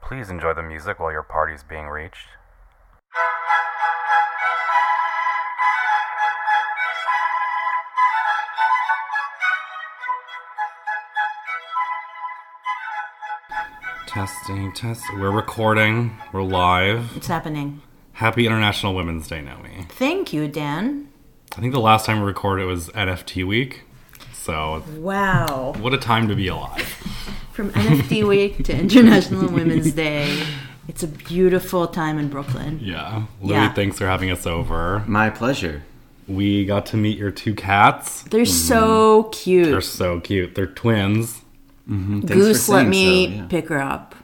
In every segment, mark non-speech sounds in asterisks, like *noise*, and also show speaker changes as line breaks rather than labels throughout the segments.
Please enjoy the music while your party's being reached. Testing, test. We're recording. We're live.
It's happening.
Happy International Women's Day, Naomi.
Thank you, Dan.
I think the last time we recorded was NFT week. So,
Wow.
what a time to be alive.
From NFT Week to International Women's Day. It's a beautiful time in Brooklyn.
Yeah. Louis,
Yeah.
thanks for having us over.
My pleasure.
We got to meet your two cats.
They're
Mm-hmm.
so cute.
They're so cute. They're twins.
Thanks for
Goose let
saying
me
so, yeah.
pick her up.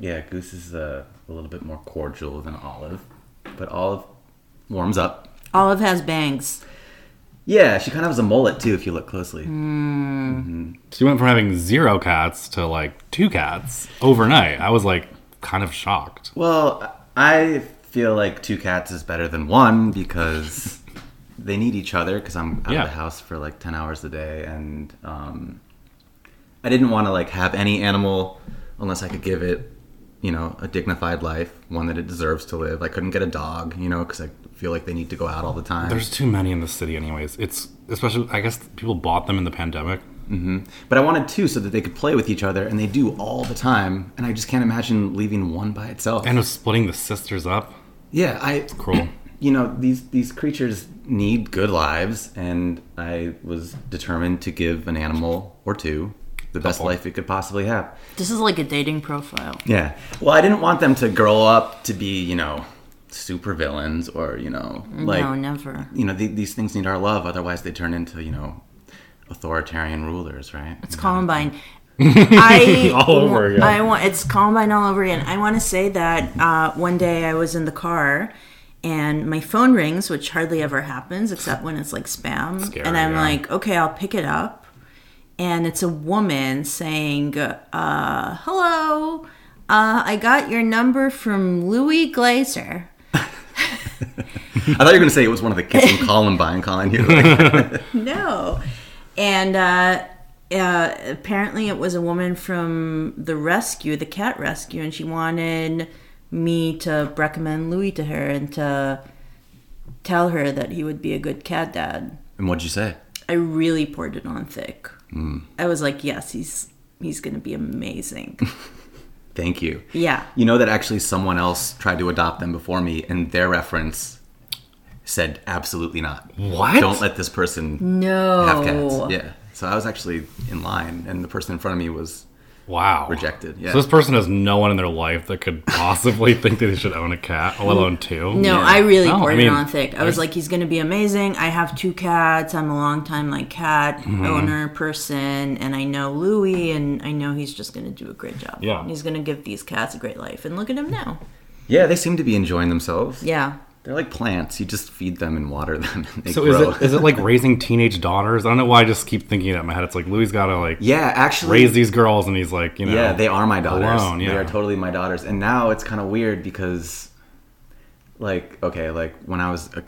Yeah, Goose is uh, a little bit more cordial than Olive, but Olive warms up.
Olive has bangs.
Yeah, she kind of has a mullet too, if you look closely.
Mm.
She went from having zero cats to like two cats overnight. I was like kind of shocked.
Well, I feel like two cats is better than one *laughs* because they need each other. Because I'm out
Yeah.
of the house for like ten hours a day, and um, I didn't want to like have any animal unless I could give it, you know, a dignified life, one that it deserves to live. I couldn't get a dog, you know, because I feel like they need to go out all the time.
There's too many in the city, anyways. It's especially, I guess, people bought them in the pandemic.
But I wanted two so that they could play with each other, and they do all the time. And I just can't imagine leaving one by itself.
And was splitting the sisters up.
yeah, I, *clears throat*
Cruel.
you know, these these creatures need good lives, and I was determined to give an animal or two the best
Couple.
life it could possibly have.
This is like a dating profile.
Yeah. Well, I didn't want them to grow up to be, you know, super villains or you know, like
no, never.
you know, the, these things need our love. Otherwise, they turn into you know, authoritarian rulers, right?
*laughs*
It's Columbine. I
All over again.
I want it's Columbine all over again. I want to say that uh, one day I was in the car and my phone rings, which hardly ever happens except when it's like spam.
Scary,
and I'm
yeah.
like, okay, I'll pick it up, and it's a woman saying, uh, "Hello, uh, I got your number from Louis Glazer."
I thought you were going to say it was one of the kids
*laughs*
from Columbine calling you.
No. And uh, uh, apparently it was a woman from the rescue, the cat rescue, and she wanted me to recommend Louis to her and to tell her that he would be a good cat dad.
and what'd you say?
I really poured it on thick. I was like, yes, he's he's going to be amazing.
Thank you.
yeah.
You know that actually someone else tried to adopt them before me, and their reference said absolutely not.
What?
Don't let this person
No.
have cats. Yeah. So I was actually in line, and the person in front of me was
Wow.
rejected. Yeah.
So this person has no one in their life that could possibly *laughs* think that they should own a cat, let alone two.
No, I really
No, I
poured
mean,
it on thick. I was like, he's gonna be amazing. I have two cats. I'm a long time like cat
Mm-hmm.
owner person, and I know Louis, and I know he's just gonna do a great job.
Yeah.
he's gonna give these cats a great life. And look at him now.
yeah, they seem to be enjoying themselves.
Yeah,
They're like plants. You just feed them and water them, *laughs* and they
So
grow.
is it is it
*laughs*
like raising teenage daughters? I don't know why I just keep thinking that in my head. It's like Louis got to like
yeah, actually.
raise these girls, and he's like, you know,
Yeah, they are my daughters.
Alone, yeah.
They are totally my daughters. And now it's kind of weird because, like, okay, like when I was a,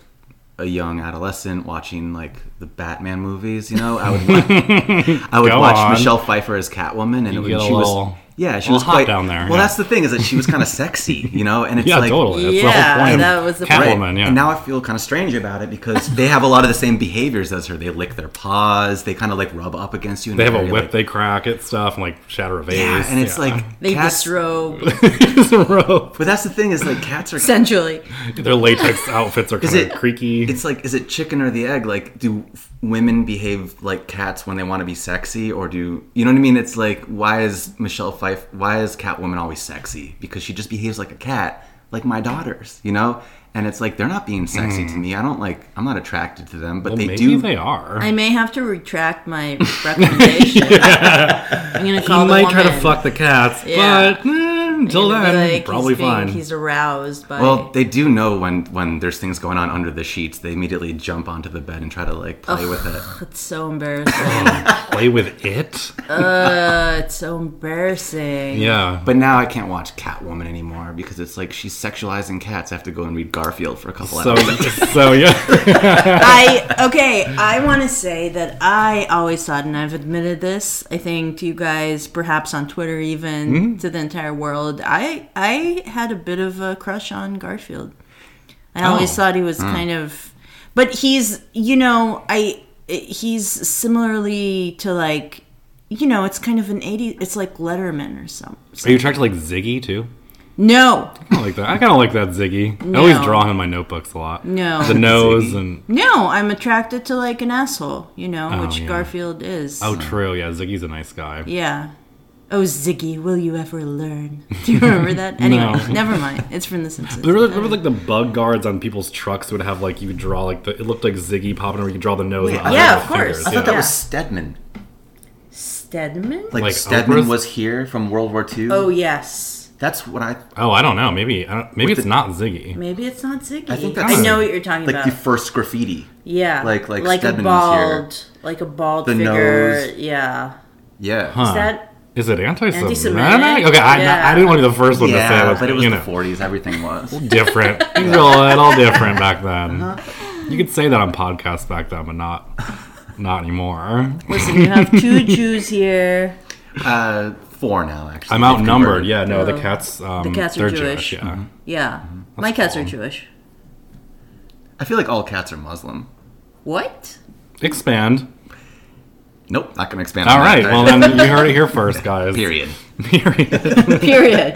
a young adolescent watching like the Batman movies, you know, I would watch,
*laughs*
I would
Go
watch
on.
Michelle Pfeiffer as Catwoman, and it,
You
would-
get a
she was
little-
yeah, she
little
was
hot
quite
down there,
Well,
yeah.
that's the thing is that she was kind of sexy, you know, and it's
yeah,
like
totally. That's the
Yeah,
whole point.
that was the point.
Catwoman.
Right.
Yeah,
And now I feel kind of strange about it because they have a lot of the same behaviors as her. They lick their paws. They kind of like rub up against you. And
they have a
they're,
whip.
like-
they crack at stuff and like shatter a vase.
yeah, and it's like
they
cats-
disrobe
*laughs* It's a rope.
But that's the thing is like cats are
essentially.
Their
*laughs*
latex outfits are
Is
kind
it-
of creaky.
It's like, is it chicken or the egg? Like, do f- women behave like cats when they want to be sexy, or do you know what I mean? It's like, why is Michelle Pfeiffer? Why is Catwoman always sexy? Because she just behaves like a cat, like my daughters, you know. And it's like they're not being sexy to me. I don't like. I'm not attracted to them, but
Mm. well,
they
maybe
do.
they are.
I may have to
*laughs*
retract my recommendation. I'm
you
gonna call the
might try to
woman.
fuck the cats,
Yeah.
but eh, until
It'll be
then,
like
probably
he's being-
fine.
He's aroused by.
Well, they do know when when there's things going on under the sheets. They immediately jump onto the bed and try to like play with it.
it's so embarrassing. Uh,
Play with
*laughs*
it.
it's so embarrassing.
Yeah.
But now I can't watch Catwoman anymore because it's like she's sexualizing cats. I have to go and read Garfield for a couple
So
hours.
so yeah. *laughs*
I okay. I want to say that I always thought, and I've admitted this, I think to you guys, perhaps on Twitter, even
Hmm?
to the entire world. I I had a bit of a crush on Garfield. I
Oh.
always thought he
Hmm.
was kind of, but he's you know I he's similarly to like you know it's kind of an 80 it's like letterman or something
Are you attracted to like Ziggy too?
no
I don't like that. I kind of like that Ziggy. I always
No. Mm.
draw him in my notebooks a lot.
No.
The nose and
no i'm attracted to like an asshole you know which
Oh, yeah.
garfield is
oh,
Mm.
true. Yeah, Ziggy's a nice guy.
Yeah. Oh, Ziggy, will you ever learn? *laughs* Do you remember
*laughs*
that? Anyway, never mind. It's from The Simpsons.
Remember, remember, like the bug guards on people's trucks would have like you could draw like the, it looked like Ziggy popping over you could draw the nose.
Wait, uh,
and the
yeah,
eyes
of
with the
course.
fingers,
I thought that
yeah.
was Stedman.
Stedman?
Like,
Like
Stedman
Oprah's?
was here from World War II.
oh, yes.
that's what I
Oh, I don't know. Maybe I don't, maybe
With
it's
the-
not Ziggy.
Maybe it's not Ziggy. I,
I think that's-
know what you're talking
like
about.
the first graffiti.
yeah.
like- like
like a
Stedman was here.
bald, like a bald
The
figure.
nose.
Yeah.
Yeah,
Huh.
Is that
Is it anti-Semitic?
Anti-Semitic?
Okay, I,
Yeah.
I didn't want to be the first one to say
yeah,
it,
but it was
you
the
know.
'40s. Everything was.
*laughs*
*laughs*
different. Things were a little different back then.
Uh-huh.
You could say that on podcasts back then, but not
*laughs*
not anymore.
listen? You have
*laughs*
two Jews here.
Uh, four now, actually.
I'm
They've
outnumbered.
converted.
Yeah, no, the
No.
cats. Um,
The cats are
they're
Jewish. Mm-hmm.
Yeah, Mm-hmm.
Yeah, my cats are
cool.
Jewish.
I feel like all cats are Muslim.
*laughs*
What?
Mm-hmm.
expand.
Nope, not gonna expand.
All
on
right.
That.
Well,
*laughs*
then you heard it here first, guys.
period.
*laughs* Period.
Period.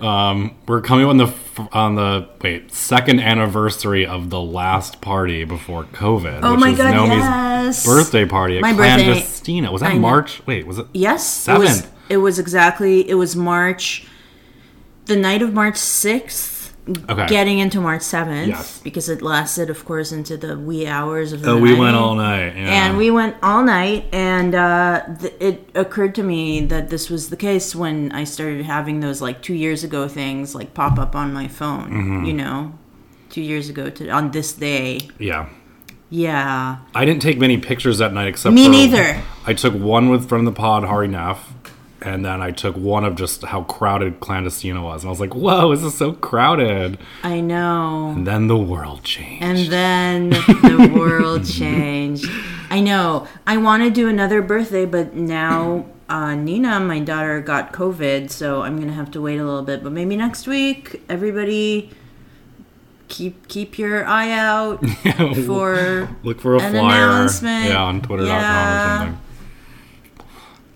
We're coming on the f- on the wait second anniversary of the last party before COVID.
Oh
which
my
is
God,
Nomi's
yes.
birthday party at
My birthday.
Clandestina. Was that
I know.
March? Wait, was it?
Yes, It was,
Seventh.
it was exactly. It was March, the night of March sixth,
Okay.
getting into March seventh,
Yes.
because it lasted, of course, into the wee hours of the
oh,
night.
we went all night. Yeah.
And we went all night, and uh, th- it occurred to me that this was the case when I started having those like two years ago things like pop up on my phone.
Mm-hmm.
You know, two years ago to on this day.
yeah.
Yeah,
I didn't take many pictures that night except
Me
for-
neither.
I took one with from the pod Hari Neff, and then I took one of just how crowded Clandestina was, and I was like, "Whoa, this is so crowded!"
I know.
And then the world changed. *laughs*
And then the world changed. I know. I want to do another birthday, but now uh, Nina, my daughter, got COVID, so I'm gonna have to wait a little bit. But maybe next week, everybody, keep keep your eye
*laughs*
out for.
Look for a
An
flyer,
announcement.
yeah, on Twitter.com
Yeah.
or something.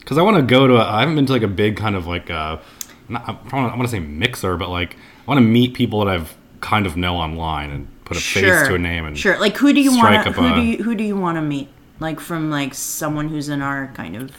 Because I want to go to. A, I haven't been to like a big kind of like a. Not, I want to say mixer, but like I want to meet people that I've kind of know online and put a face to a name and
sure. Like who do you
strike
want?
up
Who
a-
do you who do you want to meet? Like from like someone who's in our kind of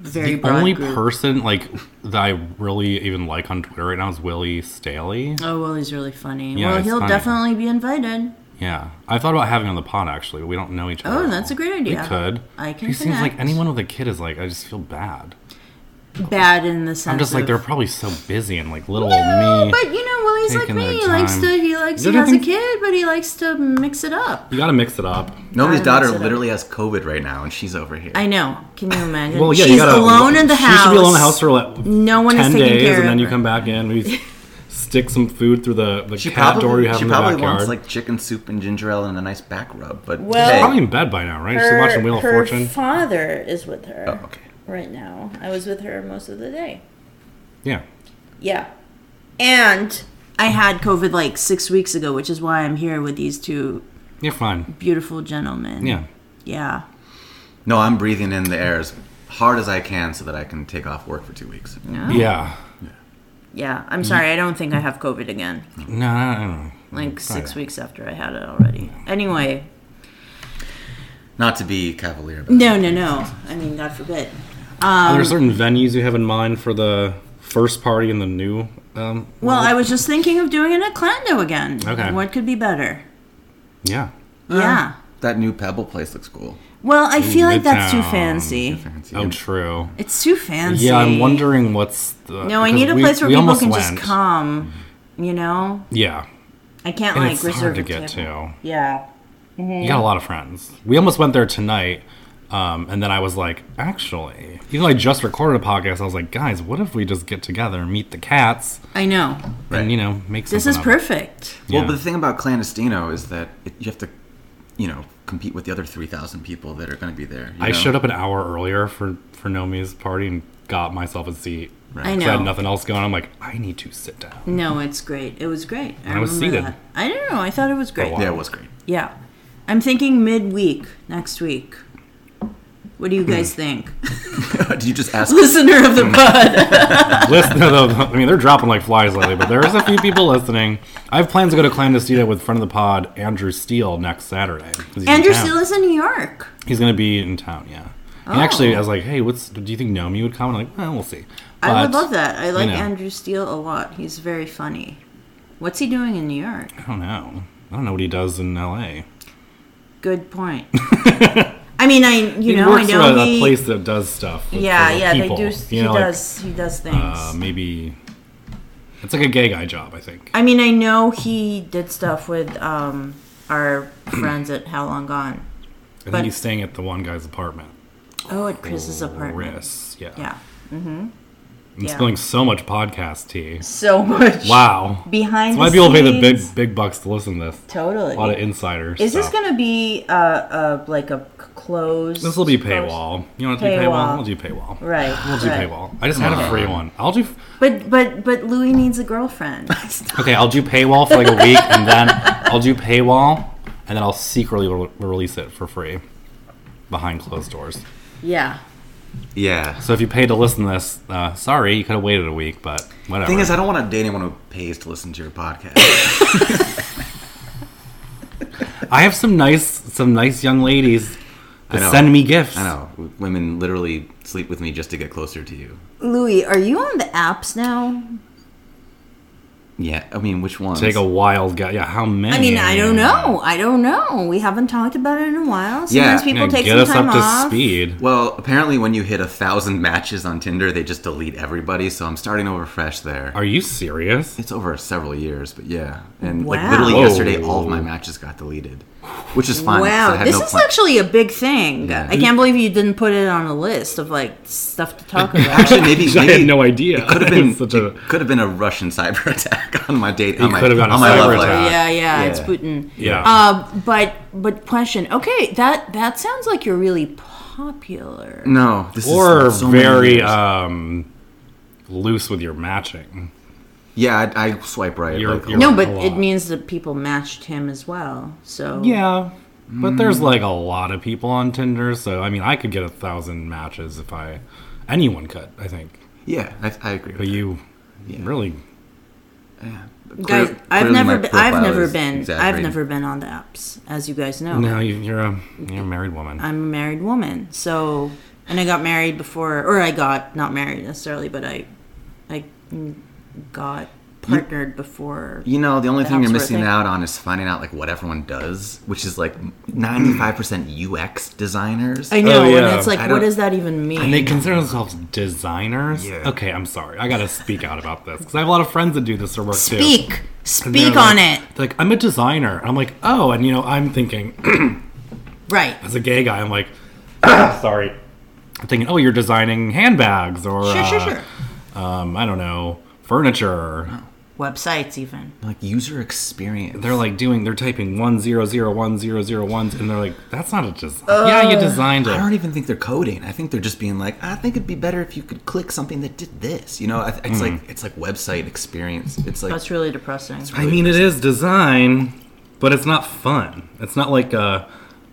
very
the
broad
only
group.
person like that I really even like on Twitter right now is Willie Staley.
oh well, he's really funny.
Yeah,
well,
he's
he'll
funny.
definitely be invited.
Yeah, I thought about having him on the pod actually, but we don't know each other.
Oh, that's a great idea.
We could.
I
He
can
seems like
connect.
anyone with a kid is like. I just feel bad.
Bad in the sense.
I'm just like
of-
they're probably so busy and like little
No,
old me.
but you know, Willie's like
taking their
me. He likes
time.
to. He likes. He
Don't you
has a
think-
kid, but he likes to mix it up.
you gotta mix it up.
Nomi's
I
daughter
mix it up.
literally has COVID right now, and she's over here.
I know. Can you imagine?
Well, yeah,
she's
you gotta,
alone in the
she
house.
should be alone in the house for like
No one is
ten
taking
days,
care
and then
of
you
her.
come back in. Maybe *laughs* s- stick some food through the the
she
cat
probably,
door you have
she
in the
probably
backyard.
wants like chicken soup and ginger ale and a nice back rub. But
Well-
hey.
probably in bed by now, right? She's watching Wheel of Fortune.
father is with her
Oh, okay.
right now. I was with her most of the day.
Yeah.
Yeah, and I had COVID like six weeks ago, which is why I'm here with these two
You're fine.
beautiful gentlemen.
Yeah.
yeah.
No, I'm breathing in the air as hard as I can so that I can take off work for two weeks.
Yeah.
Yeah, I'm sorry. I don't think I have COVID again.
No, I don't know.
Like six
not.
weeks after I had it already. Anyway,
Not to be cavalier, but
no, no, no. I mean, God forbid.
Are
Um,
there certain venues you have in mind for the first party in the new? Um,
Well, I was just thinking of doing it at Clando again.
Okay.
What could be better?
yeah.
yeah.
that new Pebble place looks cool.
Well, I feel like that's too
Midtown.
fancy.
Fancy.
Oh, true.
It's too fancy.
Yeah, I'm wondering what's the.
No, I
because
need a
we-
place where
we
people
almost
can
went.
just come. You know,
Yeah,
I can't
and
like
it's hard
reserve
to
a
get
table.
to.
Yeah.
You got a lot of friends. We almost went there tonight, um, and then I was like, actually, even though I just recorded a podcast, I was like, guys, what if we just get together and meet the cats
I know.
Right.
and you know make
This is
something of it.
perfect.
Yeah.
Well, but the thing about clandestino is that it, you have to, you know, compete with the other three thousand people that are going to be there. you
I
know?
showed up an hour earlier for for Nomi's party and got myself a seat.
Right.
I know.
So I had nothing else going. I'm like, I need to sit down. *laughs*
No, it's great. It was great. I,
I was
remember
seated.
that. I don't know. I thought it was great.
while.
Yeah, it was great. *laughs*
Yeah. I'm thinking midweek next week. What do you guys
Hmm.
think? *laughs*
Did you just ask?
Listener of the
*laughs*
pod.
Listen, to the- I mean, they're dropping like flies lately, but there's a few people listening. I have plans to go to Clandestino with friend of the pod Andrew Steele next Saturday. 'cause he's in
Andrew
town.
Steele is in New York.
He's gonna be in town, yeah. And actually,
Oh.
I was like, "Hey, what's? Do you think Nomi would come?" And I'm like, "Eh, well, we'll see.
I would
But,
love that. I like
know.
Andrew Steele a lot. He's very funny. What's he doing in New York?
I don't know. I don't know what he does in L.A.
Good point.
*laughs*
I mean, I you
he
know I
works
know
for a,
he,
a place that does stuff. with-
yeah
for
yeah
people,
they do s-
you
he
know, like,
does he does things.
uh, maybe it's like a gay guy job. I think.
I mean, I know he did stuff with um, our friends at How Long Gone.
I think
but-
he's staying at the one guy's apartment.
Oh, at Chris's apartment.
Chris, yeah.
Yeah,
I'm
yeah.
spilling so much podcast tea.
so *laughs* much.
Wow.
behind
That's why
the
people pay the
scenes.
big big bucks to listen to this.
totally
A lot of insider.
is this
stuff.
gonna be uh, uh like a c- closed
This will be paywall. You want to do
Paywall.
paywall? We'll do paywall.
right
We'll do
right.
paywall. I just had a free one. I'll do.
but but but louis needs
*laughs*
a girlfriend
Okay, I'll do paywall for like a week, and then I'll do paywall, and then I'll secretly re- release it for free behind closed doors.
yeah
Yeah.
So if you paid to listen to this, uh, sorry, you could have waited a week, but whatever.
The thing is, I don't want to date anyone who pays to listen to your
*laughs*
podcast.
I have some nice, some nice young ladies that
know.
send me gifts.
I know w- women literally sleep with me just to get closer to you.
louis are you on the apps now
Yeah, I mean, which ones?
Take a wild guess. Yeah, how many?
i mean i don't know i don't know we haven't talked about it in a while sometimes
Yeah,
people
Yeah,
take
get
some
us
time
up
off
to speed.
Well, apparently, when you hit a thousand matches on Tinder, they just delete everybody. So I'm starting over fresh there.
Are you serious?
It's over several years, but yeah, and like
Wow.
literally
Whoa.
yesterday, all of my matches got deleted, which is fine. 'cause I
Wow,
had
this
no
is
plan-
actually a big thing.
Yeah.
I can't believe you didn't put it on a list of like stuff to
*laughs*
talk about.
actually maybe,
I
maybe
had no idea.
Could
*laughs*
have been
It's such a-
could have been a Russian cyber *laughs* attack on my date. On my,
could have gotten
on
a
my
cyber
love
attack.
life.
yeah, yeah, it's
Yeah.
Putin.
Yeah.
Um, but but question. Okay, that that sounds like you're really popular.
No, this
or
is so many
very
years.
um, loose with your matching.
yeah, I, I swipe right.
You're-
like, a
you're-
lot.
No,
a
but
lot.
it means that people matched him as well. So
Yeah, but there's like a lot of people on Tinder, so I mean, I could get a thousand matches if I. Anyone could, I think.
yeah, I, I agree. With
But you really.
that.
guys,
Clear-
I've
clearly my
never been, I've
profile
never
is
been I've
exaggerated.
never been on the apps, as you guys know.
No, you, you're a you're a married woman.
I'm a married woman, so and I got married before, or I got not married necessarily, but I, I got partnered before.
You know, the only thing you're
That's what I
missing
think.
out on is finding out like what everyone does, which is like 95% UX designers.
I know,
Oh, yeah.
and it's like,
I
what
don't-
does that even mean?
And they consider themselves designers.
Yeah.
Okay, I'm sorry. I gotta speak out about this because I have a lot of friends that do this for work too.
speak,
And they're
speak
like-
on it,
they're Like I'm a designer. I'm like, oh, and you know, I'm thinking
right?
as a gay guy, I'm like, *coughs* sorry. I'm thinking, oh, you're designing handbags or
Sure, sure,
uh,
sure.
Um, I don't know, furniture.
Websites, even.
Like user experience.
They're like doing, they're typing one zero zero one zero zero ones, and they're like, that's not a design. yeah,
Uh,
you designed
I don't
it.
even think they're coding. I think they're just being like, I think it'd be better if you could click something that did this. You know, I th- it's like it's like website experience. It's like
That's really depressing.
I mean, it is design, but it's not fun. It's not like, uh,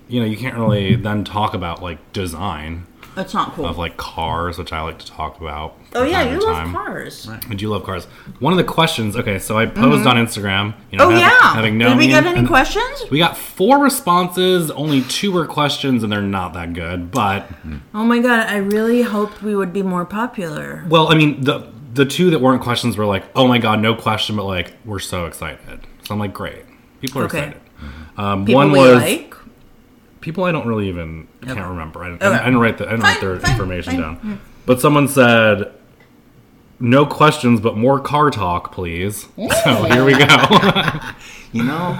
you know, you can't really then talk about like design
That's not cool.
of like cars, which I like to talk about.
oh
from
yeah,
time
you
to
love
time.
cars.
I do love cars. One of the questions, okay, so I posed on Instagram. You know,
Mm-hmm.
having,
Oh yeah.
having no
Did we
mean-
get any
and-
questions?
We got four responses. Only two were questions, and they're not that good. But
Oh my god, I really hoped we would be more popular.
well, I mean, the the two that weren't questions were like, "Oh my god, no question," but like, we're so excited. So I'm like, great, people are
Okay.
excited. Um,
People
one
we
was
like.
people I don't really even can't remember. I, I,
Okay.
didn't write the I didn't write
Fine,
their
fine,
information
fine.
down. But someone said, "No questions, but more car talk, please." So here we go.
You know,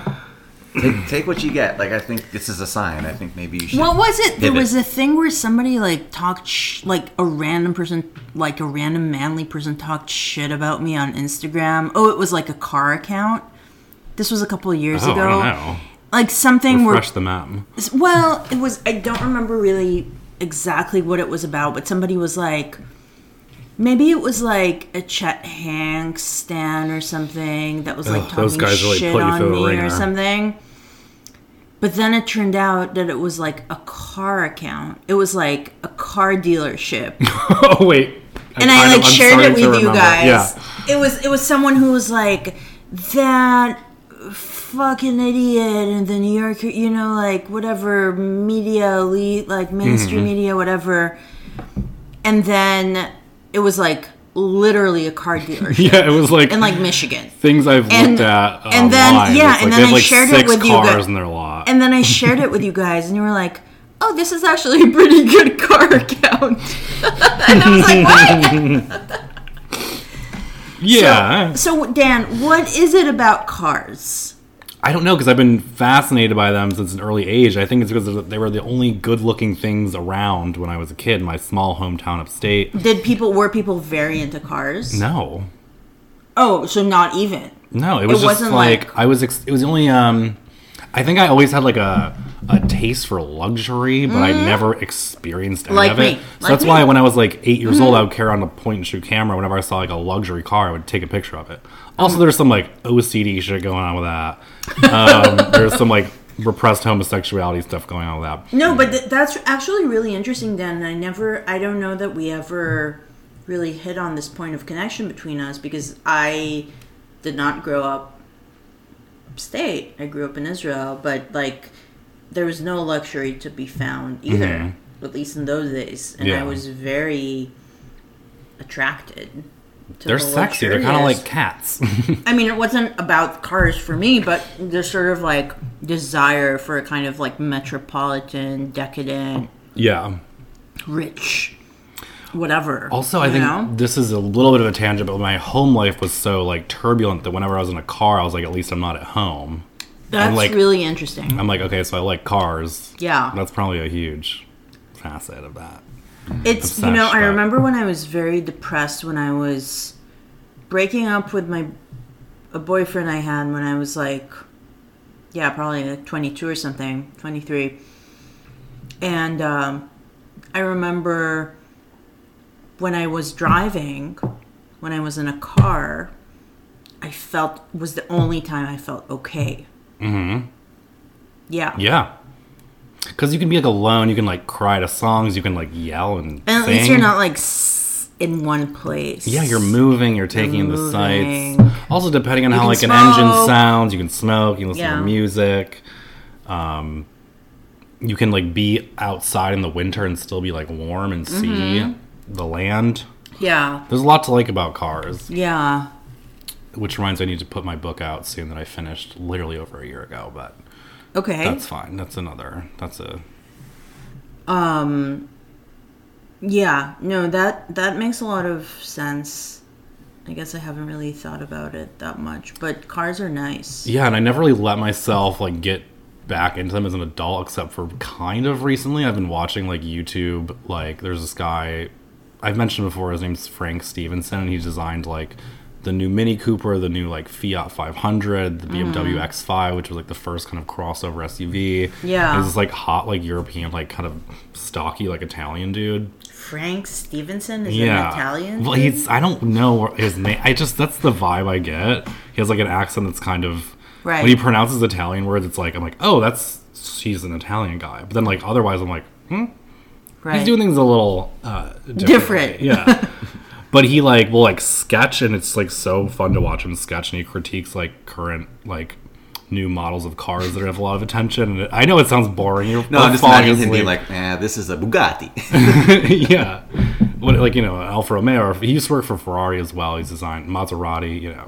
take, take what you get. Like I think this is a sign. I think maybe you should.
What was it? There
Pivot.
was a thing where somebody like talked sh- like a random person, like a random manly person talked shit about me on Instagram. Oh, it was like a car account. This was a couple of years
oh, I
ago.
don't know.
Like something where
Refresh the map. *laughs*
S- Well, it was. I don't remember really exactly what it was about, but somebody was like, maybe it was like a Chet Hanks stan or something that was like
Ugh,
talking
those guys really
shit
put you
on
through the
me or
wringer.
something. But then it turned out that it was like a car account. It was like a car dealership,
oh wait.
and I,
kind of-
like
I'm
shared it
starting
with
to
you
remember.
guys.
Yeah. *laughs*
It was it was someone who was like that fucking idiot in the New Yorker, you know, like whatever media elite, like mainstream
Mm-hmm.
media, whatever. And then it was like literally a car
*laughs*
dealership
Yeah, it was like,
in like Michigan.
things I've
and-
looked at
and then-
online.
yeah,
It's like
and
they
then
have,
I
like,
shared it
six
with you
cars
guys.
in their lot.
And then I shared it with you guys, and you were like, "Oh, this is actually a pretty good car account." and I was like, "What?"
yeah,
So, Dan, what is it about cars?
I don't know because I've been fascinated by them since an early age. I think it's because they were the only good-looking things around when I was a kid in my small hometown upstate.
Did people were people very into cars?
No,
Oh, so not even.
no, it was just
wasn't
like,
like-
I was. Ex- it was the only. Um, I think I always had like a a taste for luxury, but I never experienced any
Mm-hmm. Like
of
me.
it. So
Like
that's
me. Mm-hmm.
why when I was like eight years old, I would carry on a point-and-shoot camera. Whenever I saw like a luxury car, I would take a picture of it.
Mm.
Also, there's some like OCD shit going on with that.
*laughs*
Um, there's some like repressed homosexuality stuff going on with that.
No, but th- that's actually really interesting, Dan. And I never, I don't know that we ever really hit on this point of connection between us because I did not grow up upstate. I grew up in Israel, but like there was no luxury to be found either, at least in those days. And I
Mm-hmm. Yeah.
was very attracted. To
They're
the
sexy. They're kind of
luxurious.
like cats. *laughs*
I mean, it wasn't about cars for me, but the sort of like desire for a kind of like metropolitan, decadent,
yeah.
rich, whatever.
Also, I
you
think
know?
this is a little bit of a tangent, but my home life was so like turbulent that whenever I was in a car, I was like, at least I'm not at home.
that's
like-
really interesting.
I'm like, okay, so I like cars.
Yeah.
That's probably a huge facet of that.
It's you know,
obsessed
I
by-
remember when I was very depressed when I was breaking up with my a boyfriend I had when I was like yeah, probably like 22 or something, 23. And um I remember when I was driving, when I was in a car, I felt was the only time I felt okay. Mhm. Yeah.
Mm-hmm. Yeah. Because you can be like alone, you can like cry to songs, you can like yell and,
And at
sing.
least you're not like s- in one place.
yeah, you're moving, you're taking in the
moving.
sights. Also, depending on how
can
like an engine
smoke.
sounds, you can smoke, you can listen
Yeah.
to music. Um, you can like be outside in the winter and still be like warm and see
Mm-hmm.
the land.
Yeah.
There's a lot to like about cars,
Yeah.
which reminds me I need to put my book out soon that I finished literally over a year ago, but
Okay.
that's fine. That's another. That's a
yeah. No, that that makes a lot of sense. I guess I haven't really thought about it that much, but cars are nice.
Yeah, and I never really let myself like get back into them as an adult, except for kind of recently. I've been watching like YouTube. Like, there's this guy I've mentioned before. His name's Frank Stevenson, and he designed like the new Mini Cooper, the new like Fiat 500, the BMW X5, which was like the first kind of crossover SUV.
Yeah.
And He's this like hot, like European, like kind of stocky, like Italian dude.
Frank Stevenson is
Yeah.
an Italian.
Well,
dude?
he's I don't know his name. I just that's the vibe I get. He has like an accent that's kind of
Right.
When he pronounces Italian words, it's like I'm like, oh, that's she's an Italian guy. But then like otherwise, I'm like, hmm,
right.
he's doing things a little uh, differently. *laughs*
Different.
Yeah. but he like will like sketch, and it's like so fun to watch him sketch, and he critiques like current like. New models of cars that have a lot of attention. And I know it sounds boring. You're
no, I'm just
falling
imagining him being
asleep.
like, eh, this is a *laughs* Bugatti.
*laughs* yeah. What, like, you know, Alfa Romeo. He used to work for Ferrari as well. He's designed Maserati, you know.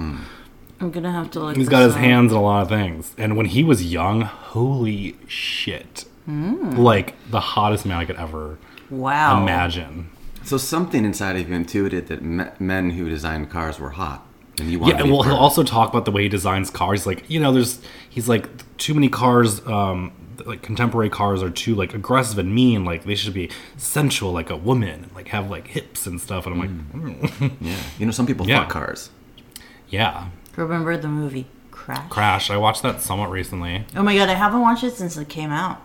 I'm gonna have to look.
He's
this
got his
up.
hands in a lot of things. And when he was young, holy shit. Like the hottest man I could ever
Wow.
imagine.
So something inside of you intuited that me- men who designed cars were hot, and you wanted
Yeah,
to
and
be
well,
part
he'll
of it.
also talk about the way he designs cars. Like, you know, there's he's like too many cars. Um, like contemporary cars are too like aggressive and mean. Like they should be sensual, like a woman, and like have like hips and stuff. And I'm like,
Yeah, you know, some people
Yeah.
fuck cars.
yeah,
Remember the movie Crash?
Crash. I watched that somewhat recently.
Oh my god, I haven't watched it since it came out.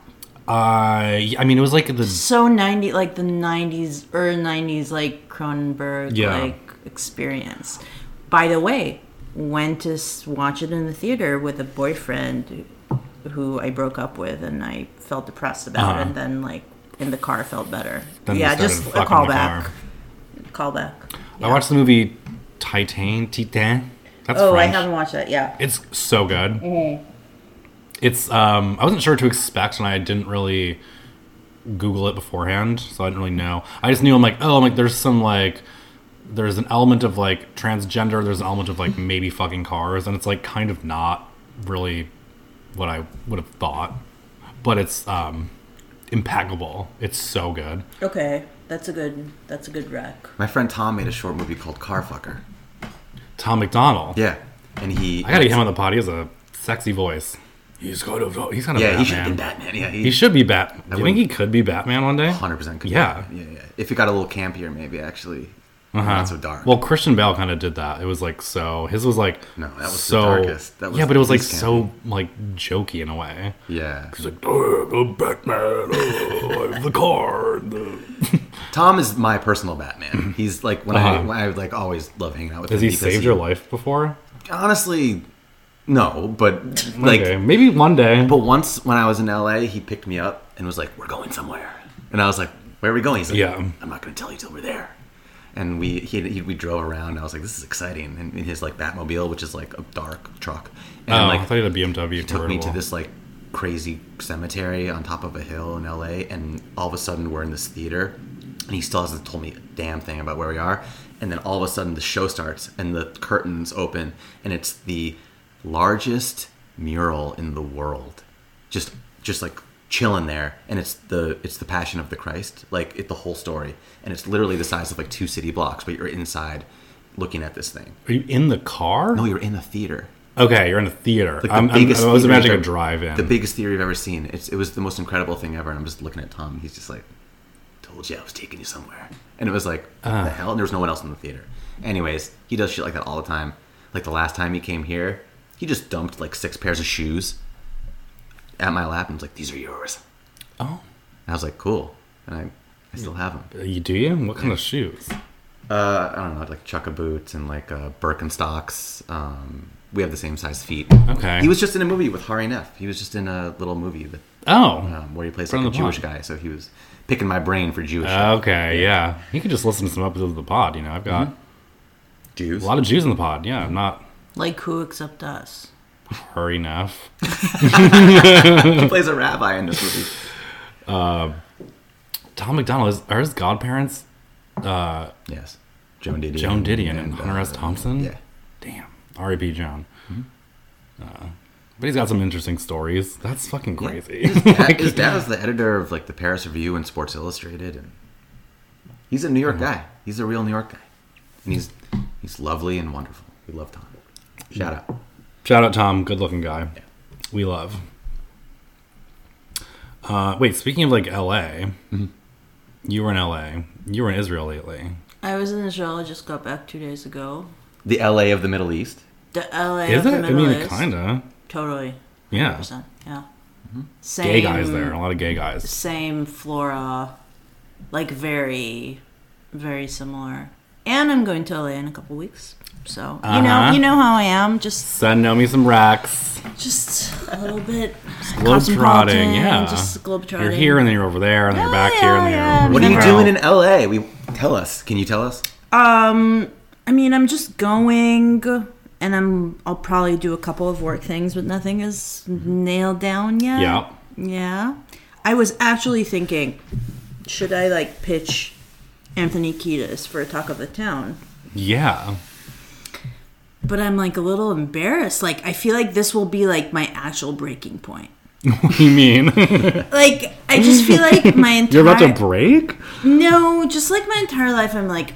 I I mean, it was like the
So ninety, like the nineties or nineties, like Cronenberg,
Yeah.
like experience. By the way, went to s- watch it in the theater with a boyfriend who I broke up with, and I felt depressed about it.
Uh-huh.
And then, like in the car, felt better.
Then they
yeah,
started
just a
fucking the
callback.
car.
Callback.
I watched the movie Titan. Titan. That's
Oh,
French.
I haven't Mm-hmm. watched that. Yeah.
It's so good. It's um I wasn't sure what to expect and I didn't really Google it beforehand, so I didn't really know. I just knew I'm like, oh I'm like there's some like there's an element of like transgender, there's an element of like maybe fucking cars, and it's like kind of not really what I would have thought. But it's um impeccable. It's so good.
Okay, that's a good. That's a good rec.
My friend Tom made a short movie called Carfucker.
Tom McDonald.
Yeah, and he
I gotta get him on the pod. He has a sexy voice. He's kind of he's kind of
yeah,
Batman.
he should have been Batman. Yeah,
He should be Bat. Do you think
wouldn't-
he could be Batman one day?
Hundred percent. could be.
Yeah. Uh-huh.
yeah, yeah. If it got a little campier, maybe actually, not so dark.
Well, Christian Bale kind of did that. It was like so. His was like
No, that was the
so.
darkest. That was
yeah, but it was
the
like
least
so like jokey in a way.
yeah.
He's like the Batman, oh, the car. The...
Tom is my
*clears throat*
personal Batman. He's like when I
Uh-huh.
when I would like always love hanging out with
Has
him.
he
because
saved your life before?
Honestly, no. But like,
okay, maybe one day.
but once when I was in LA, he picked me up and was like, "We're going somewhere," and I was like, "Where are we going?" He's like,
Yeah.
I'm not going to tell you till we're there." And we he, he we drove around. And I was like, "This is exciting!" And in his like Batmobile, which is like a dark truck, and
oh,
like
I thought he had a BMW.
took me to
convertible.
this like crazy cemetery on top of a hill in LA, and all of a sudden we're in this theater, and he still hasn't told me a damn thing about where we are. And then all of a sudden the show starts, and the curtains open, and it's the largest mural in the world, just just like chilling there and it's the it's the passion of the christ like it the whole story and it's literally the size of like two city blocks but you're inside looking at this thing
Are you in the car?
no you're in a theater
Okay, you're in a theater.
like the
I'm, I'm,
biggest
I was
theater
imagining a
that-
drive-in.
The biggest theater I've ever seen. It's, it was the most incredible thing ever. And I'm just looking at Tom. He's just like, "Told you I was taking you somewhere." And it was like,
Ah.
"What "The hell!" And there was no one else in the theater. Anyways, he does shit like that all the time. Like the last time he came here, he just dumped like six pairs of shoes at my lap and was like, "These are yours."
oh,
And I was like, "Cool." And I, I still have them.
you do you? What kind of shoes?
Uh, I don't know, like chukka boots and like uh, Birkenstocks. Um, we have the same size feet.
Okay.
He was just in a movie with Hari Neff. He was just in a little movie with
Oh,
um, where he plays
Friend
like a
of the Uh,
Jewish
pod.
guy. So he was picking my brain for Jewish
okay, yeah. You could just listen to some episodes of the pod. You know, I've got.
Mm-hmm. Jews.
A lot of Jews in the pod. Yeah, I'm not
Like who except us?
hurry enough.
he plays a rabbi in this movie.
Tom McDonald is are his godparents
yes, Joan Didion.
Joan Didion and, Hunter S.
uh,
Thompson?
Yeah,
Damn. R.I.P. Joan.
Mm-hmm.
Uh, but he's got some interesting stories. That's fucking crazy. *laughs*
Dad- his dad was the editor of like the Paris Review and Sports Illustrated, and he's a New York
Uh-huh.
guy. He's a real New York guy, and he's he's lovely and wonderful. We love Tom.
Hmm.
Shout out.
Shout out Tom, good looking guy. We love. Uh, wait, speaking of like L.A.,
Mm-hmm.
you were in L.A. You were in Israel lately.
I was in Israel. I just got back two days ago.
The L.A. of the Middle East.
The LA
Is
of the
it? I
Middle
mean,
East.
kinda.
Totally.
Yeah.
percent. Yeah.
Mm-hmm.
Same,
Gay guys there. A lot of gay guys.
Same flora, like very, very similar. And I'm going to LA in a couple weeks, so you know,
Uh-huh.
you know how I am. Just,
Send me some racks.
just a little bit
Globetrotting,
cosmopolitan,
yeah.
Just globetrotting.
You're here and then you're over there and then you're
Oh,
back here and then
yeah,
you're
yeah.
over
What are you
there.
doing in L.A.? We tell us. Can you tell us?
Um, I mean, I'm just going, and I'm. I'll probably do a couple of work things, but nothing is nailed down yet.
Yeah.
Yeah. I was actually thinking, should I like pitch Anthony Kiedis for Talk of the Town?
Yeah. *laughs*
But I'm like a little embarrassed. Like I feel like this will be like my actual breaking point.
what do you
*laughs*
mean?
Like I just
*laughs*
feel like my entire
You're about to break?
No, just like my entire life, I'm like,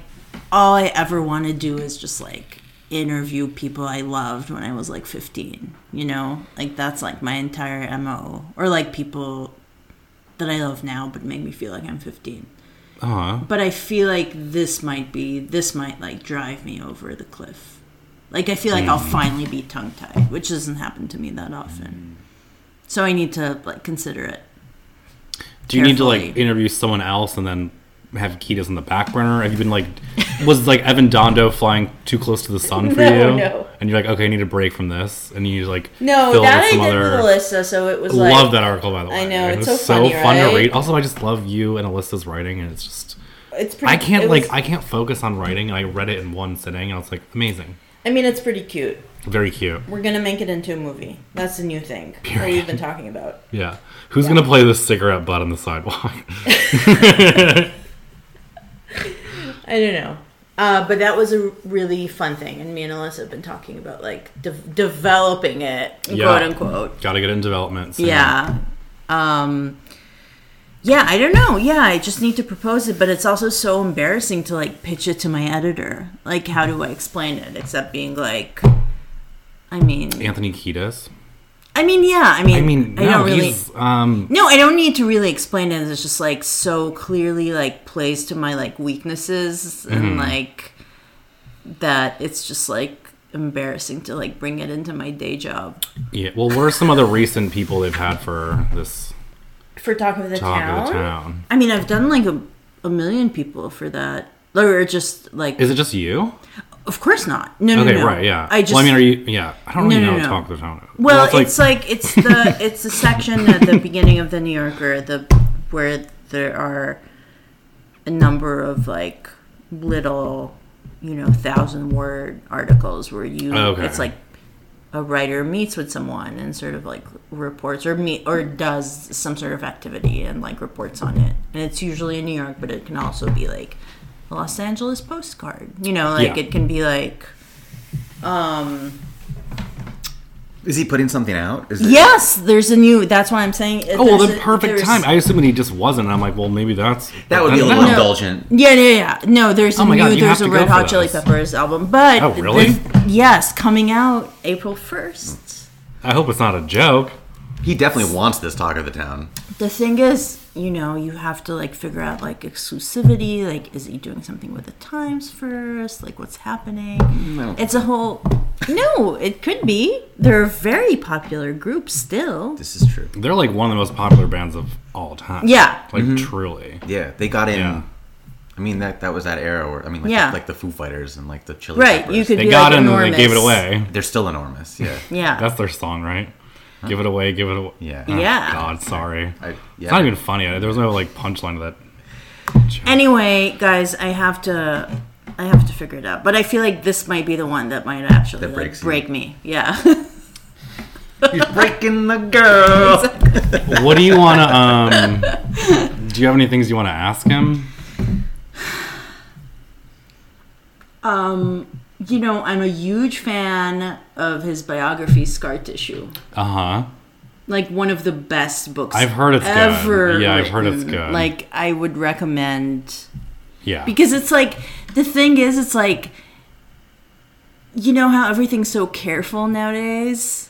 all I ever want to do is just like interview people I loved when I was like 15. You know, like that's like my entire mo, or like people that I love now, but make me feel like I'm 15.
Uh-huh.
But I feel like this might be this might like drive me over the cliff. Like I feel like
Mm.
I'll finally be tongue tied, which doesn't happen to me that often.
Mm.
So I need to like consider it.
Do you need to like
Carefully.
interview someone else and then have Kitas on the back burner? Have you been like, *laughs* was like Evan Dondo flying too close to the sun for
No,
you?
no.
And you're like, okay, I need a break from this, and you need to like
No,
fill
that
with
I
some
did
other.
with Alyssa, so it was like
Love that article by the way.
I know,
It
it's
was
so funny,
fun to
right?
read. Also, I just love you and Alyssa's writing, and it's just
It's pretty.
I can't
it
like
was-
I can't focus on writing. And I read it in one sitting, and I was like, amazing,
I mean, it's pretty cute.
very cute.
We're gonna make it into a movie. That's the new thing that
Period.
we've been talking about.
Yeah, who's gonna play this cigarette butt on the sidewalk? *laughs*
I don't know. Uh, but that was a really fun thing, and me and Alyssa have been talking about like de- developing it,
Yeah.
quote unquote.
Got to get it in development. soon.
Yeah. Um Yeah, I don't know. Yeah, I just need to propose it, but it's also so embarrassing to like pitch it to my editor. Like how do I explain it except being like I mean
Anthony Kiedis.
I mean yeah, I mean
I mean, no,
don't really
he's um,
No, I don't need to really explain it. It's just like so clearly like plays to my like weaknesses
Mm-hmm.
and like that it's just like embarrassing to like bring it into my day job.
yeah. Well, what are some other recent people they've had for this
For Talk of the
talk
Town.
of the town?
I mean, I've done like a, a million people for that. Or just like,
Is it just you?
of course not. No,
Okay,
no, no.
right, yeah.
I just.
well, I mean, are you? Yeah, I don't really
No, no,
know what
no.
talk of the town. is.
well, it's like,
*laughs*
it's the it's the section at the beginning of the New Yorker, the where there are a number of like little, you know, thousand word articles where you
Oh, Okay.
it's like a writer meets with someone and sort of like reports or meet or does some sort of activity and like reports on it. And it's usually in New York, but it can also be like a Los Angeles postcard. You know, like
Yeah.
it can be like
Is he putting something out? Is it-
yes, there's a new. That's why I'm saying.
oh well,
there's
the
a-
perfect
there's-
time. I assume he just wasn't. And I'm like, well, maybe that's
That would be a
I don't
little
know.
indulgent.
Yeah, yeah, yeah. No, there's a
Oh my
new.
God, you
there's
have
a
to go
Red
for
Hot Chili
this.
Peppers album, but
Oh, really? Mm.
the- yes, coming out April first.
I hope it's not a joke.
He definitely wants this talk of the town.
The thing is, you know, you have to like figure out like exclusivity. Like, is he doing something with the Times first? Like, what's happening? It's a whole. No, it could be. They're a very popular group still.
This is true.
They're like one of the most popular bands of all time.
Yeah.
like truly.
Mm-hmm. Yeah, they got in.
Yeah.
I mean that that was that era where I mean like,
Yeah.
like the Foo Fighters and like the Chili
Right,
Peppers.
you could
They
be
got
like,
in
enormous.
and they gave it away.
They're still enormous. Yeah.
*laughs* Yeah,
That's their song, right? Give it away, give it away.
Yeah.
Oh,
Yeah.
God, sorry.
I- yeah.
It's not even funny. There was no like punchline to that.
anyway guys i have to i have to figure it out but i feel like this might be the one that might actually
That
like,
breaks you.
break me yeah *laughs*
You're breaking the girl.
What do you want
*laughs*
to? Um, do you have any things you want to ask him?
um you know i'm a huge fan of his biography scar tissue
Uh huh.
like one of the best books
I've heard it's good.
ever
Yeah, I've heard it's
written.
good.
like i would recommend
Yeah.
because it's like the thing is it's like you know how everything's so careful nowadays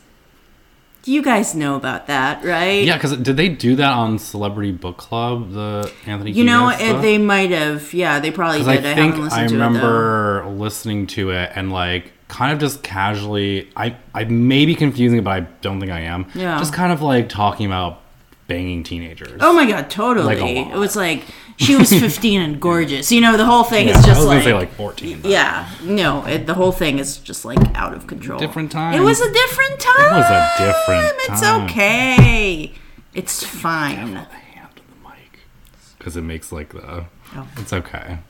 you guys know about that right
yeah, because did they do that on Celebrity Book Club? The Anthony.
You know,
Kiedis
it,
stuff?
they might have. Yeah, they probably
'Cause
did. I,
I think
haven't
I,
listened to it
remember listening to it and like kind of just casually. I I may be confusing it, but I don't think I am.
Yeah.
Just kind of like talking about banging teenagers.
though. Oh my god, totally!
Like a lot.
it was like
*laughs*
she was 15 and gorgeous. You know, the whole thing
yeah,
is
I
just
was
like,
gonna say like fourteen. but
yeah, no, it, the whole thing is just like out of control.
Different time.
It was a different time.
It was a different
It's
time.
okay. It's fine.
the hand on the mic because it makes like the.
Oh.
It's okay. *laughs*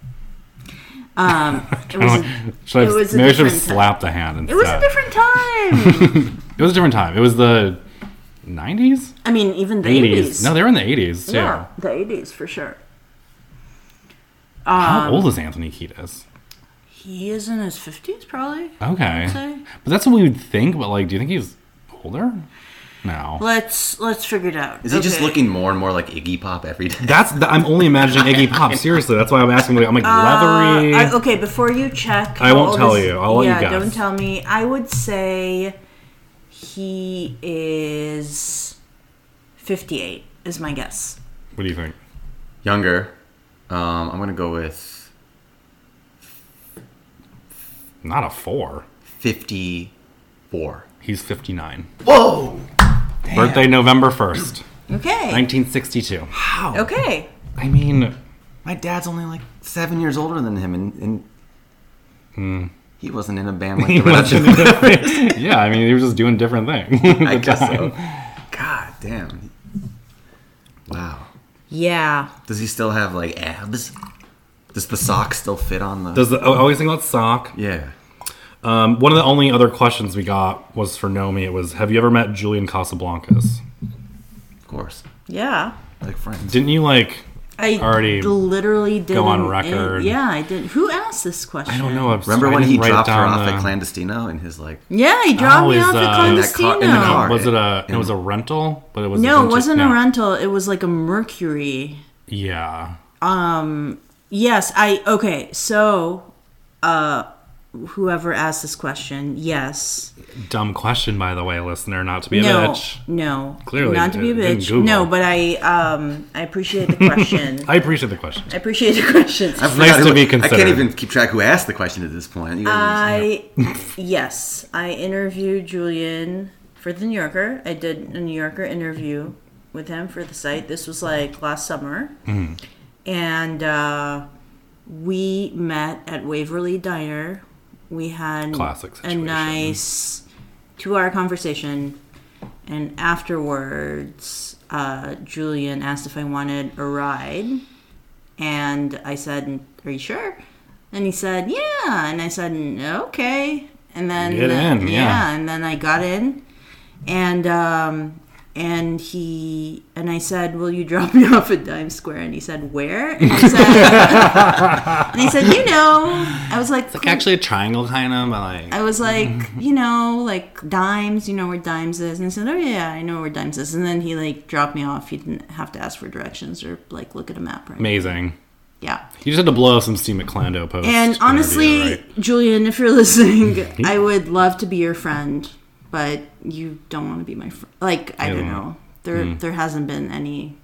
Um, it was. A,
Should I have,
It was a
maybe I should have
different time.
slapped the hand
it
instead.
was a
*laughs*
different time.
It was a different time. It was the 90s,
I mean, even the
80s.
80s.
No, they were in the 80s too.
yeah, the 80s for sure.
How
Um,
old is Anthony Kiedis?
He is in his 50s, probably.
Okay,
say.
but that's what we would think. But like, do you think he's older? now.
Let's let's figure it out.
Is he just
Okay.
looking more and more like Iggy Pop every day?
That's the, I'm only imagining Iggy Pop. Seriously, that's why I'm asking. Like, I'm like leathery.
Uh, I, okay, before you check,
Mm. I won't
all
tell you. I'll let you
yeah,
guess.
don't tell me. I would say he is fifty-eight. Is my guess.
what do you think?
Younger. Um, I'm gonna go with
Not a four.
fifty-four.
He's 59.
Whoa!
Birthday November 1st,
Okay.
1962.
Wow.
Okay.
I
*laughs*
mean,
My dad's only like seven years older than him, and, and
Hmm.
he wasn't in
*laughs*
a band like the rest of them.
yeah, I mean, he was just doing different things. at
*laughs* I
the
guess
time.
so. God damn. Wow.
Yeah.
Does he still have like abs? Does the sock still fit on the?
*laughs* Does the, oh, always think about sock.
yeah.
Um, one of the only other questions we got was for Nomi. It was, have you ever met Julian Casablancas?
Of course.
Yeah.
Like friends.
Didn't you like?
I
Already
literally did
on record.
yeah, I did. Who asked this question?
I don't know. I'm
Remember
sorry, I
when
didn't
he
write it
dropped her
down,
off
uh,
at Clandestino and his like
Yeah, he dropped me
Oh,
off
is,
at
uh, in that
Clandestino.
car- in the car.
Was it a? It
In-
was a rental, but it was
No, it
vintage-
wasn't
no.
a rental. It was like a Mercury.
Yeah,
Yes, I okay. So, uh, whoever asked this question, yes,
dumb question, by the way, listener. Not to be a
no,
bitch.
no,
Clearly
not to be a
it didn't
bitch.
Google.
No, but I um, I appreciate the question.
*laughs*
I
I appreciate the question.
appreciate the question.
nice
forgot
to
who-
be
*laughs* I
considered.
can't even keep track who asked the question at this point. You guys are just-
*laughs*
I *laughs* yes, I interviewed Julian for the New Yorker. I did a New Yorker interview with him for the site. This was like last summer,
Hmm.
and uh, we met at Waverly Diner. We had
Classic
a
situation.
nice two-hour conversation, and afterwards, uh, Julian asked if I wanted a ride. And I said, Are you sure? And he said, Yeah. And I said, Okay. And then,
Get in, yeah.
And then I got in. And, um, and he and I said, "Will you drop me *laughs* off at Dime Square?" And he said, "Where?" And I said, and he said *laughs* "You know." I was like,
Like actually a triangle kind of, but like
I was like,
Mm-hmm.
you know, like dimes, you know where dimes is. And he said, oh yeah, I know where dimes is. And then he like dropped me off. He didn't have to ask for directions or like look at a map, right?
amazing.
Yeah.
You just had to blow up some steam at Clando post.
And
interview,
honestly,
right?
Julian, if
*laughs*
you're listening, I would love to be your friend, but you don't want to be my friend. Like, I
Yeah. Mm.
don't know. There, there hasn't been any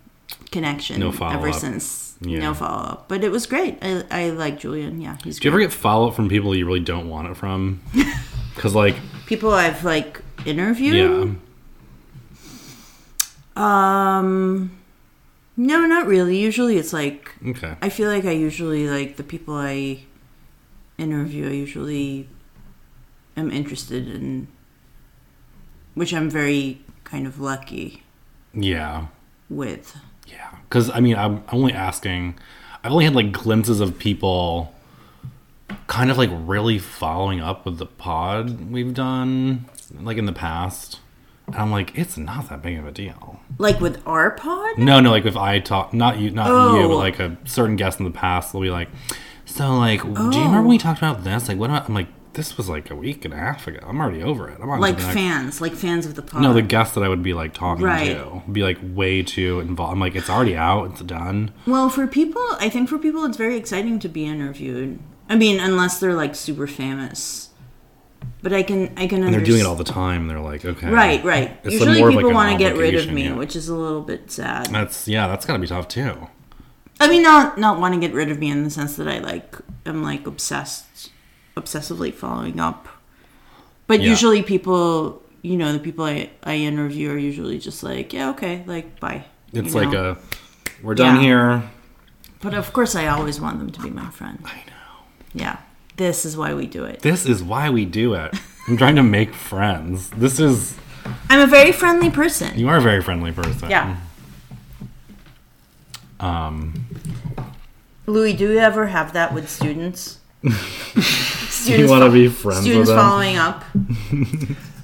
connection
No
ever
follow-up.
since.
Yeah.
No follow up. But it was great. I, I like Julian. Yeah, he's
do you
great.
ever get follow up from people you really don't want it from?
*laughs*
Because like,
People I've like interviewed.
yeah,
Um, no, not really. Usually, it's like
okay,
I feel like I usually like the people I interview. I usually am interested in, which I'm very kind of lucky
yeah,
with.
yeah. Because I mean, I'm only asking. I've only had like glimpses of people, kind of like really following up with the pod we've done, like in the past. And I'm like, it's not that big of a deal.
Like with our pod,
No, no, like if I talk, not you, not you, but
Oh.
like a certain guest in the past, they'll be like, so like,
Oh.
do you remember when we talked about this? Like, what? About, I'm like, this was like a week and a half ago. I'm already over it. I'm on to
like
the next-
fans, like fans of the pod.
No, the guest that I would be like talking
Right.
to would be like way too involved. I'm like, it's already out. It's done.
well, for people, I think for people, it's very exciting to be interviewed. I mean, unless they're like super famous. But I can, I can.
And they're doing it all the time. They're like, okay,
Right, right.
It's
Usually
more of,
people
like, an
want to get rid of
obligation,
me,
yeah.
which is a little bit sad.
That's yeah. That's gotta be tough too.
I mean, not not want to get rid of me in the sense that I like am like obsessed, obsessively following up. But
Yeah.
usually people, you know, the people I I interview are usually just like, yeah, okay, like bye. you
It's like
know?
a, we're done
Yeah.
here.
But of course, I always want them to be my friend. I know. Yeah, this is why we do it.
This is why we do it. I'm trying to make friends. This is
I'm a very friendly person.
you are a very friendly person. Mm.
Yeah. Um. Louis, do you ever have that
*laughs*
with students?
Do you
students
want to
fo-
be friends with
students
them?
following up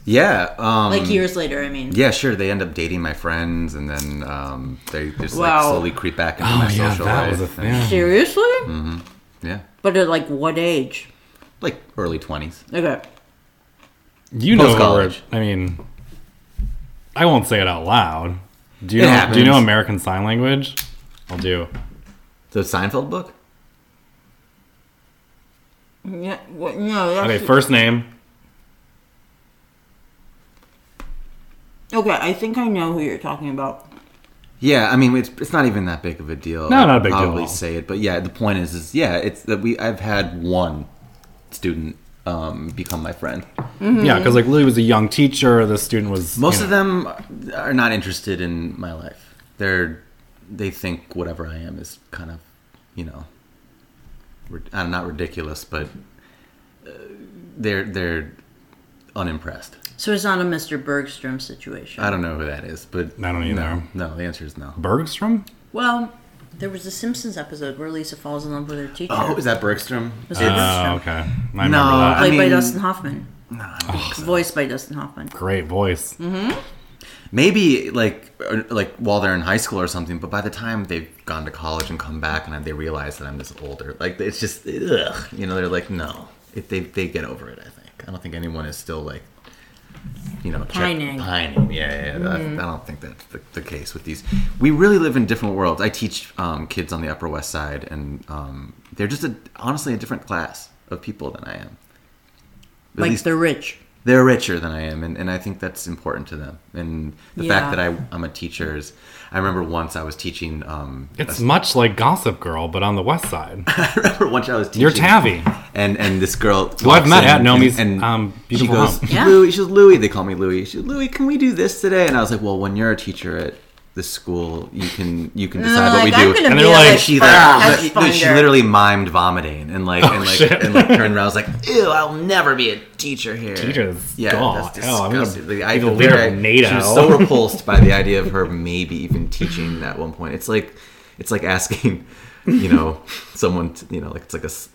yeah. Um,
like years later. I mean,
Yeah, sure. They end up dating my friends, and then um, they just like
Wow.
slowly creep back into
Oh,
my
yeah,
social
that
life.
was a thing.
And-
seriously,
Mm. yeah,
but at like what age?
like early twenties.
Okay,
You know,
Post-college.
where- I mean, I won't say it out loud. Do you
It
know, do you know
happens.
American Sign Language? I'll do.
The Seinfeld book?
Yeah, well, no, that's,
Okay, first name.
okay, I think I know who you're talking about.
Yeah, I mean it's it's not even that big of a deal.
No,
I'd
not a big deal at
Probably
all.
say it, but yeah, the point is, is yeah, it's that we I've had one student um, become my friend.
Mm-hmm.
Yeah, because like Louis was a young teacher. The student was you
Most
know-
of them are not interested in my life. They're they think whatever I am is kind of you know, rid- uh, not ridiculous, but uh, they're they're unimpressed.
So it's not a Mr. Bergstrom situation.
I don't know who that is, but
I don't either.
No, no the answer is no.
Bergstrom.
Well, there was a Simpsons episode where Lisa falls in love with her teacher.
Oh, is that Bergstrom?
Mr.
Oh,
Bergstrom.
okay. I remember
No,
that.
I-
Played by
mean-
Dustin Hoffman.
No, I don't think so.
Voiced by Dustin Hoffman.
Great voice.
Mm-hmm.
maybe like or, like while they're in high school or something but by the time they've gone to college and come back and they realize that i'm just older like it's just ugh, you know they're like no if they they get over it i think i don't think anyone is still like you know check-
Pining.
pining Mm-hmm. yeah yeah, yeah. I, I don't think that's the, the case with these we really live in different worlds i teach um, kids on the upper west side and um, they're just a, honestly a different class of people than i am At
like
least-
they're rich.
they're richer than I am, and, and I think that's important to them. And the
Yeah.
fact that I, I'm a teacher is, I remember once I was teaching.
*laughs*
Um,
It's much like Gossip Girl, but on the West
*laughs*
Side.
I remember once I was teaching.
You're Tavi.
And and this girl.
Who I've met
walks
at
in
Nomi's,
and, and
um,
she
beautiful
goes,
home.
Yeah.
Louie. She goes, Louie. They call me Louie. She goes, Louie, can we do this today? And I was like, Well, when you're a teacher at this school, you can you can decide what we
I'm
do.
gonna
And
be
they're
a
like,
like,
she
fuck,
like,
house
li- no, she
finder.
literally mimed vomiting and like and like
Oh, shit.
and like turned around. I was like, ew, I'll never be a teacher here.
Teacher is-
yeah,
oh,
that's
hell, I'm gonna
disgusting. Like,
be the
could
leader
hear
of
I-
NATO.
She was so repulsed by the idea of her maybe even teaching at one point. It's like it's like asking, you know, someone to, you know, like it's like a. s-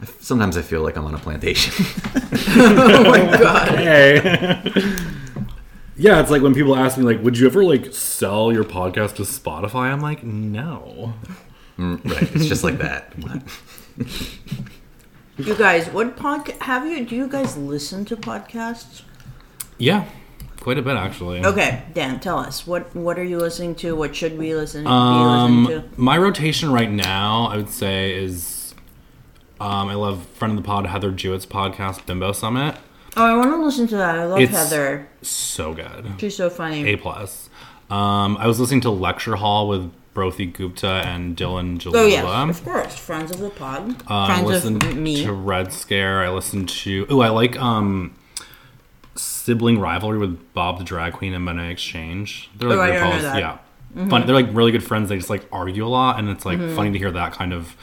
I f- Sometimes I feel like I'm on a plantation. *laughs*
Hey. *laughs* yeah, it's like when people ask me, like, would you ever like sell your podcast to Spotify? I'm like, no.
right, it's just like that.
You guys, what podcast have you? Do you guys listen to podcasts?
Yeah, quite a bit actually.
Okay, Dan, tell us what what are you listening to? What should we listen, be listening
Um,
to?
my rotation right now, I would say, is um, I love friend of the pod Heather Jewett's podcast Bimbo Summit.
Oh, I want to listen to that. I love
it's-
Heather.
So good.
She's so funny.
A plus. Um, I was listening to Lecture Hall with Brothy Gupta and Dylan Jalula.
oh yes, of course, friends of the pod,
Um, I
friends
listened
of me.
to Red Scare. I listened to oh, I like um, sibling rivalry with Bob the Drag Queen and Monet Exchange. They're like
Oh, I don't know
RuPaul's-
that. Mm-hmm.
yeah, fun. They're like really good friends. They just like argue a lot, and it's like funny to hear that kind of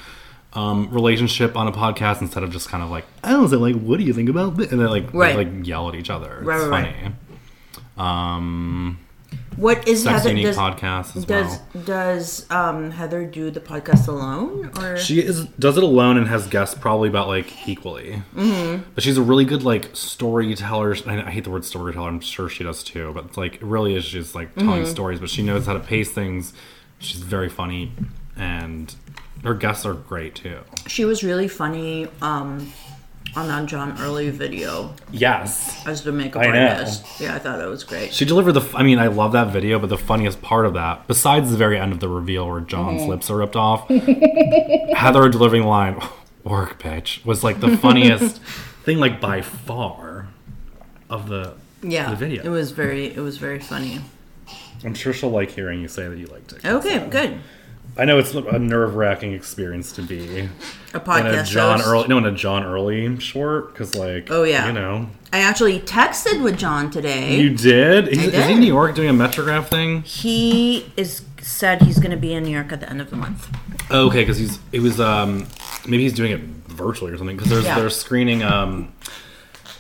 um, relationship on a podcast instead of just kind of like oh, so like what do you think about this? And they like
Right.
they, like yell at each other. It's
Right, right, right.
funny. Um,
What is
Sex
Heather?
Unique
Does,
podcast as
does
well.
does um, Heather do the podcast alone or?
She is does it alone and has guests probably about like equally. But she's a really good like storyteller. I, I hate the word storyteller. I'm sure she does too. But like it really is just like telling stories. But she knows how to pace things. She's very funny, and her guests are great too.
She was really funny um, on that John Early video
Yes,
as the makeup
I know.
artist. Yeah, I thought that was great.
she delivered the. f- I mean, I love that video. But the funniest part of that, besides the very end of the reveal where
Mm-hmm.
John's lips are ripped
*laughs*
off, Heather delivering the line "Oh, "work bitch" was like the funniest
*laughs*
thing like by far of the
yeah,
the video.
it was very it was very funny.
I'm sure she'll like hearing you say that you liked it.
Okay, good.
I know it's a nerve wracking experience to be
A
in a
podcast.
John
host.
Early, no, in a John Early short, because like,
Oh, yeah.
you know,
I actually texted with John today.
you did. Is, is he
did.
in New York doing a Metrograph thing?
he is said he's going to be in New York at the end of the month.
Oh, okay, because he's it was um maybe he's doing it virtually or something because there's
Yeah.
they're screening um,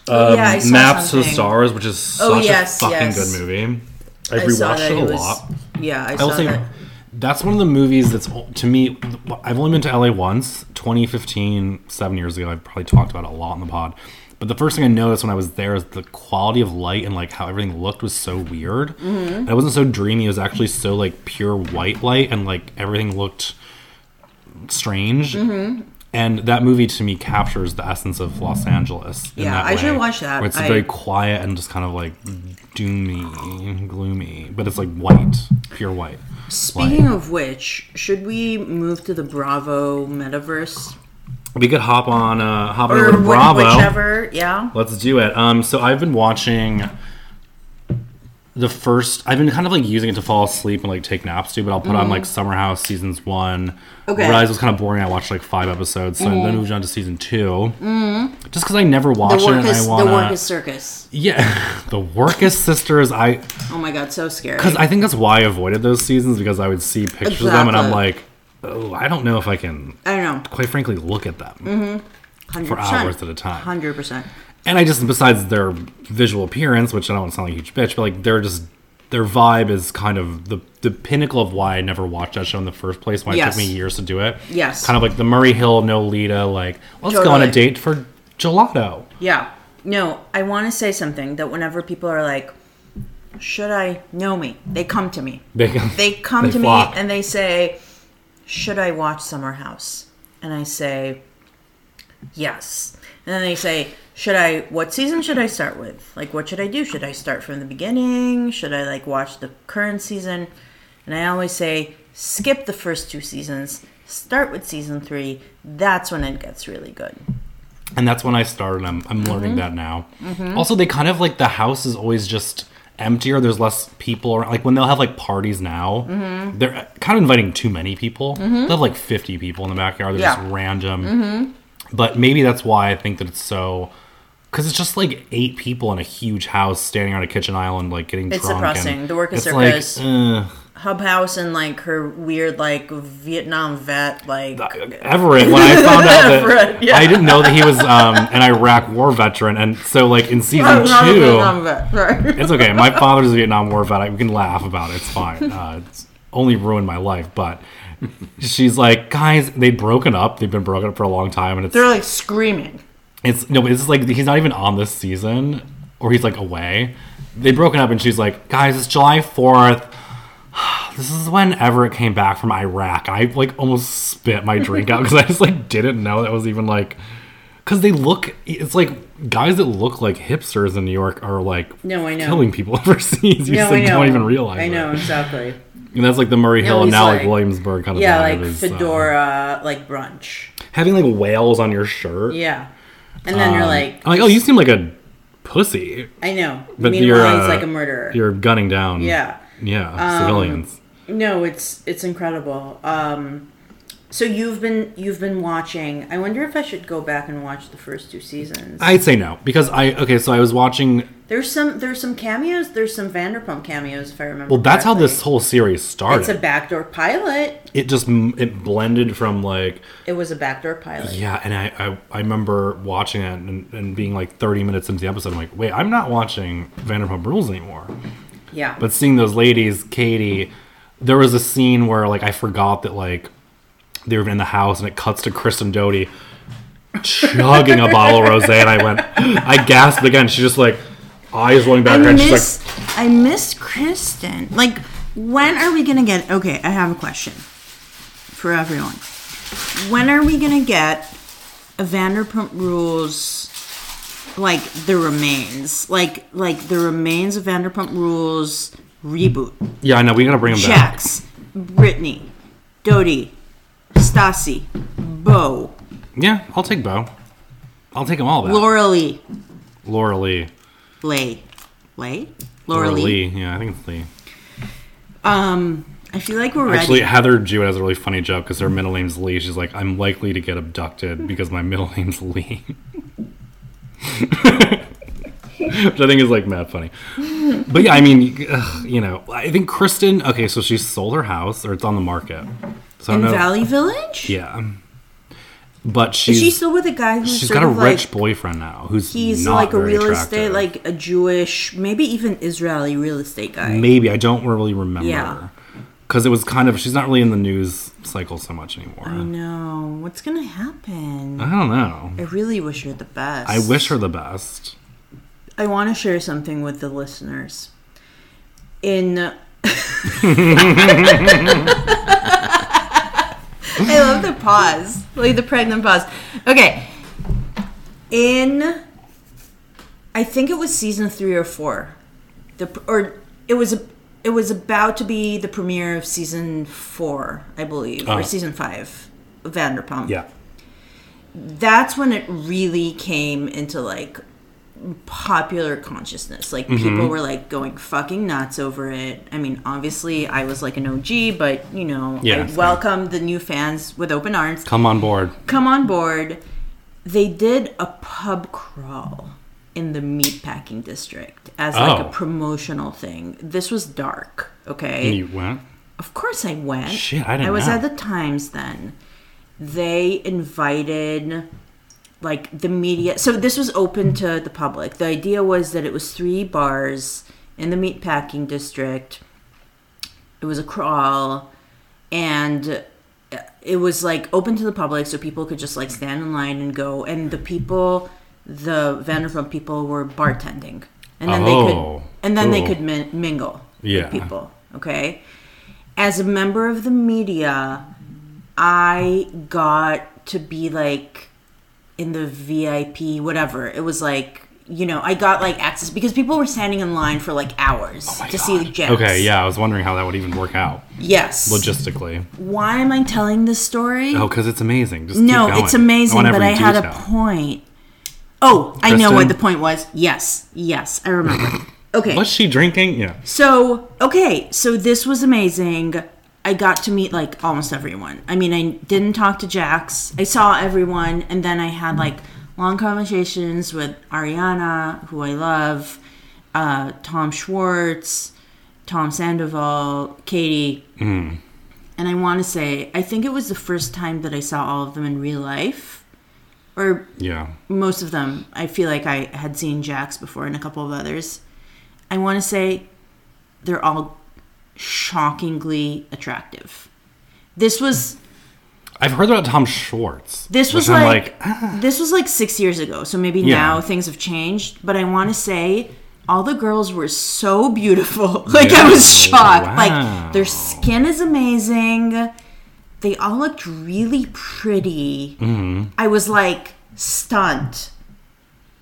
Oh yeah, I saw
Maps to the
something.
Stars, which is such
Oh, yes,
a fucking
yes.
good movie. I,
I saw
rewatched
that
it a
was-
lot.
Yeah, I
I
saw
will say
that.
that's one of the movies that's to me. I've only been to LA once, 2015, seven years ago. I've probably talked about it a lot in the pod. But the first thing I noticed when I was there is the quality of light and like how everything looked was so weird.
Mm-hmm.
And It wasn't so dreamy. It was actually so
Mm-hmm.
like pure white light and like everything looked strange. And that movie to me captures the essence of Los Angeles. in
Yeah,
that
I should
way,
watch that.
Where it's
I-
very quiet and just kind of like doomy, gloomy, but it's like white, pure white.
Speaking of which, should we move to the Bravo metaverse
We could hop on, uh, hop on over
or
to
wh-
Bravo.
whichever? Yeah.
Let's do it. Um, so I've been watching the first. I've been kind of like using it to fall asleep and like take naps too. But I'll put on like Summer House seasons one.
Mm-hmm. Okay.
Rise was kind of boring. I watched like five episodes, so then moved on to season 2 Mm-hmm. Just because I never
The
watched it, and
Workus,
I
the
want
Workus Circus.
Yeah, *laughs* the Workus sisters. I
Oh my god, so scary.
because I think that's why I avoided those seasons because I would see pictures of them and I'm like, oh, I don't know if I can.
I don't know.
Quite frankly, look at them.
Mm-hmm. 100%.
for hours at a time.
100%.
and I just besides their visual appearance, which I don't want to sound like a huge bitch, but like they're just their vibe is kind of the the pinnacle of why I never watched that show in the first place. Why
Yes.
it took me years to do it.
Yes.
kind of like the Murray Hill Nolita. Like let's go on a
Totally.
date for gelato.
Yeah. No, I want to say something that whenever people are like, should I know me? They come to me.
They
They come
they
to
flock.
me and they say, should I watch Summer House? And I say, yes. And then they say, should I, what season should I start with? Like, what should I do? Should I start from the beginning? Should I, like, watch the current season? And I always say, skip the first two seasons, start with season three. That's when it gets really good.
and that's when I started. I'm I'm
Mm-hmm.
learning that now. Also, they kind of like the house is always just emptier. There's less people around. Like when they'll have like parties now,
Mm-hmm.
they're kind of inviting too many people. They'll have like 50 people in the backyard. They're
Yeah. Mm-hmm.
just random. But maybe that's why I think that it's so. Because it's just like eight people in a huge house standing on a kitchen island, like getting
It's
drunk.
depressing.
And
The work is
it's like, uh,
circus.
ugh.
Hub House and like her weird like Vietnam vet like
Everett when I found
*laughs*
out that
Everett, yeah.
I didn't know that he was um, an Iraq War veteran, and so like
*laughs*
in season
Oh, not a
two,
*laughs* Vietnam vet. Sorry. *laughs*
It's okay. My father's a Vietnam War vet. I, we can laugh about it. It's fine. Uh, it's only ruined my life. But she's like, guys, they've broken up. They've been broken up for a long time, and it's
They're like screaming.
it's no, but it's just like he's not even on this season, or he's like away. They've broken up, and she's like, guys, it's July fourth. *sighs* This is when Everett came back from Iraq. I like almost spit my drink out because I just like didn't know that was even like. Because they look, it's like guys that look like hipsters in New York are like
No, I know.
killing people *laughs* overseas. You
No,
just
I
like,
know.
don't even realize.
I
it.
know exactly.
And that's like the Murray Hill and
he's
now like,
like-
Williamsburg kind of
Yeah,
vibe
like
is, uh,
fedora, like brunch.
having like whales on your shirt.
Yeah, and then you're like,
I'm like, oh, you seem like a pussy.
I know.
But
Meanwhile,
you're
he's
uh,
like a murderer.
You're gunning down.
Yeah. Um,
Yeah. civilians.
No, it's it's incredible. Um, so you've been you've been watching. I wonder if I should go back and watch the first two seasons.
I'd say no because I okay. So I was watching.
There's some there's some cameos. There's some Vanderpump cameos if I remember.
Well, that's how
correctly.
this whole series started.
It's a backdoor pilot.
it just m- it blended from like
It was a backdoor pilot.
yeah, and I I, I remember watching it and, and being like 30 minutes into the episode, I'm like, wait, I'm not watching Vanderpump Rules anymore.
Yeah.
but seeing those ladies, Katie, there was a scene where like I forgot that like they were in the house and it cuts to Kristen Doty chugging a bottle of rosé, and I went, I gasped again. She just like eyes rolling
I
back, and she's like,
missed I missed Kristen. Like, when are we gonna get? Okay, I have a question for everyone. When are we gonna get a Vanderpump Rules? Like the remains, like like the remains of Vanderpump Rules reboot.
yeah, I know we gotta bring them back.
Jax, Brittany, Dodie, Stassi, Bo,
Yeah, I'll take Bo. I'll take them all back.
Laura Lee,
Laura Lee.
Lay, Lay,
Laura,
Laura,
Lee.
Lee.
Yeah, I think it's Lee.
Um, I feel like we're
Actually,
ready.
Heather Jewett has a really funny joke because her middle name's Lee. She's like, I'm likely to get abducted because my middle *laughs* name's Lee. Which I think is like mad funny. But yeah, I mean, ugh, you know, I think Kristen, okay, so she sold her house or it's on the market. So I
In
don't know.
Valley Village?
yeah. But she's,
Is she still with a guy who's
she's
sort
got a
of
rich
like,
boyfriend now who's
he's
not
like a
very
real estate,
attractive.
like a Jewish, maybe even Israeli real estate guy.
maybe I don't really remember.
Yeah.
Because it was kind of, she's not really in the news cycle so much anymore.
I know. What's gonna happen?
I don't know.
I really wish her the best.
I wish her the best.
I want to share something with the listeners. *laughs* In I love the pause, like the pregnant pause. Okay, in I think it was season three or four, the or it was a, it was about to be the premiere of season four, I believe,
Uh-huh.
or season five, of Vanderpump.
Yeah.
that's when it really came into like popular consciousness. Like
Mm-hmm.
people were like going fucking nuts over it. I mean, obviously I was like an OG, but you know,
Yeah,
I
same.
welcomed the new fans with open arms.
Come on board.
Come on board. They did a pub crawl in the meatpacking district as like
Oh.
a promotional thing. This was dark, okay?
And you went.
Of course I went.
Shit, I didn't
was
know.
at the Times then. They invited like the media. So this was open to the public. The idea was that it was three bars in the meatpacking district. It was a crawl and it was like open to the public so people could just like stand in line and go and the people the Vanderpump people were bartending. And then
Oh,
they could and then they
cool.
could min- mingle
Yeah.
with people. Okay. As a member of the media, I got to be like in the VIP, whatever. It was like, you know, I got like access because people were standing in line for like hours to see the jets.
Oh Okay, yeah, I was wondering how that would even work out
Yes.
logistically.
Why am I telling this story?
Oh, because it's amazing. Just
no,
keep going.
it's amazing,
want
but
every
I had a
detail.
point. Oh, I know
Kristen?
what the point was. Yes. Yes,
*coughs*
I remember. Okay.
What's she drinking? Yeah.
So, okay, so this was amazing. I got to meet like almost everyone. I mean, I didn't talk to Jax. I saw everyone, and then I had like long conversations with Ariana, who I love, uh, Tom Schwartz, Tom Sandoval, Katie. And I want to say, I think it was the first time that I saw all of them in real life, or
Yeah.
most of them. I feel like I had seen Jax before and a couple of others. I want to say they're all shockingly attractive. This was
I've heard about Tom Schwartz.
this
which
was
I'm ah.
like, this was like 6 years ago, so maybe
Yeah.
now things have changed, but I want to say all the girls were so beautiful. *laughs* Like I was
Yeah.
shocked.
Wow.
Like their skin is amazing. They all looked really pretty.
Mm-hmm.
I was like stunned.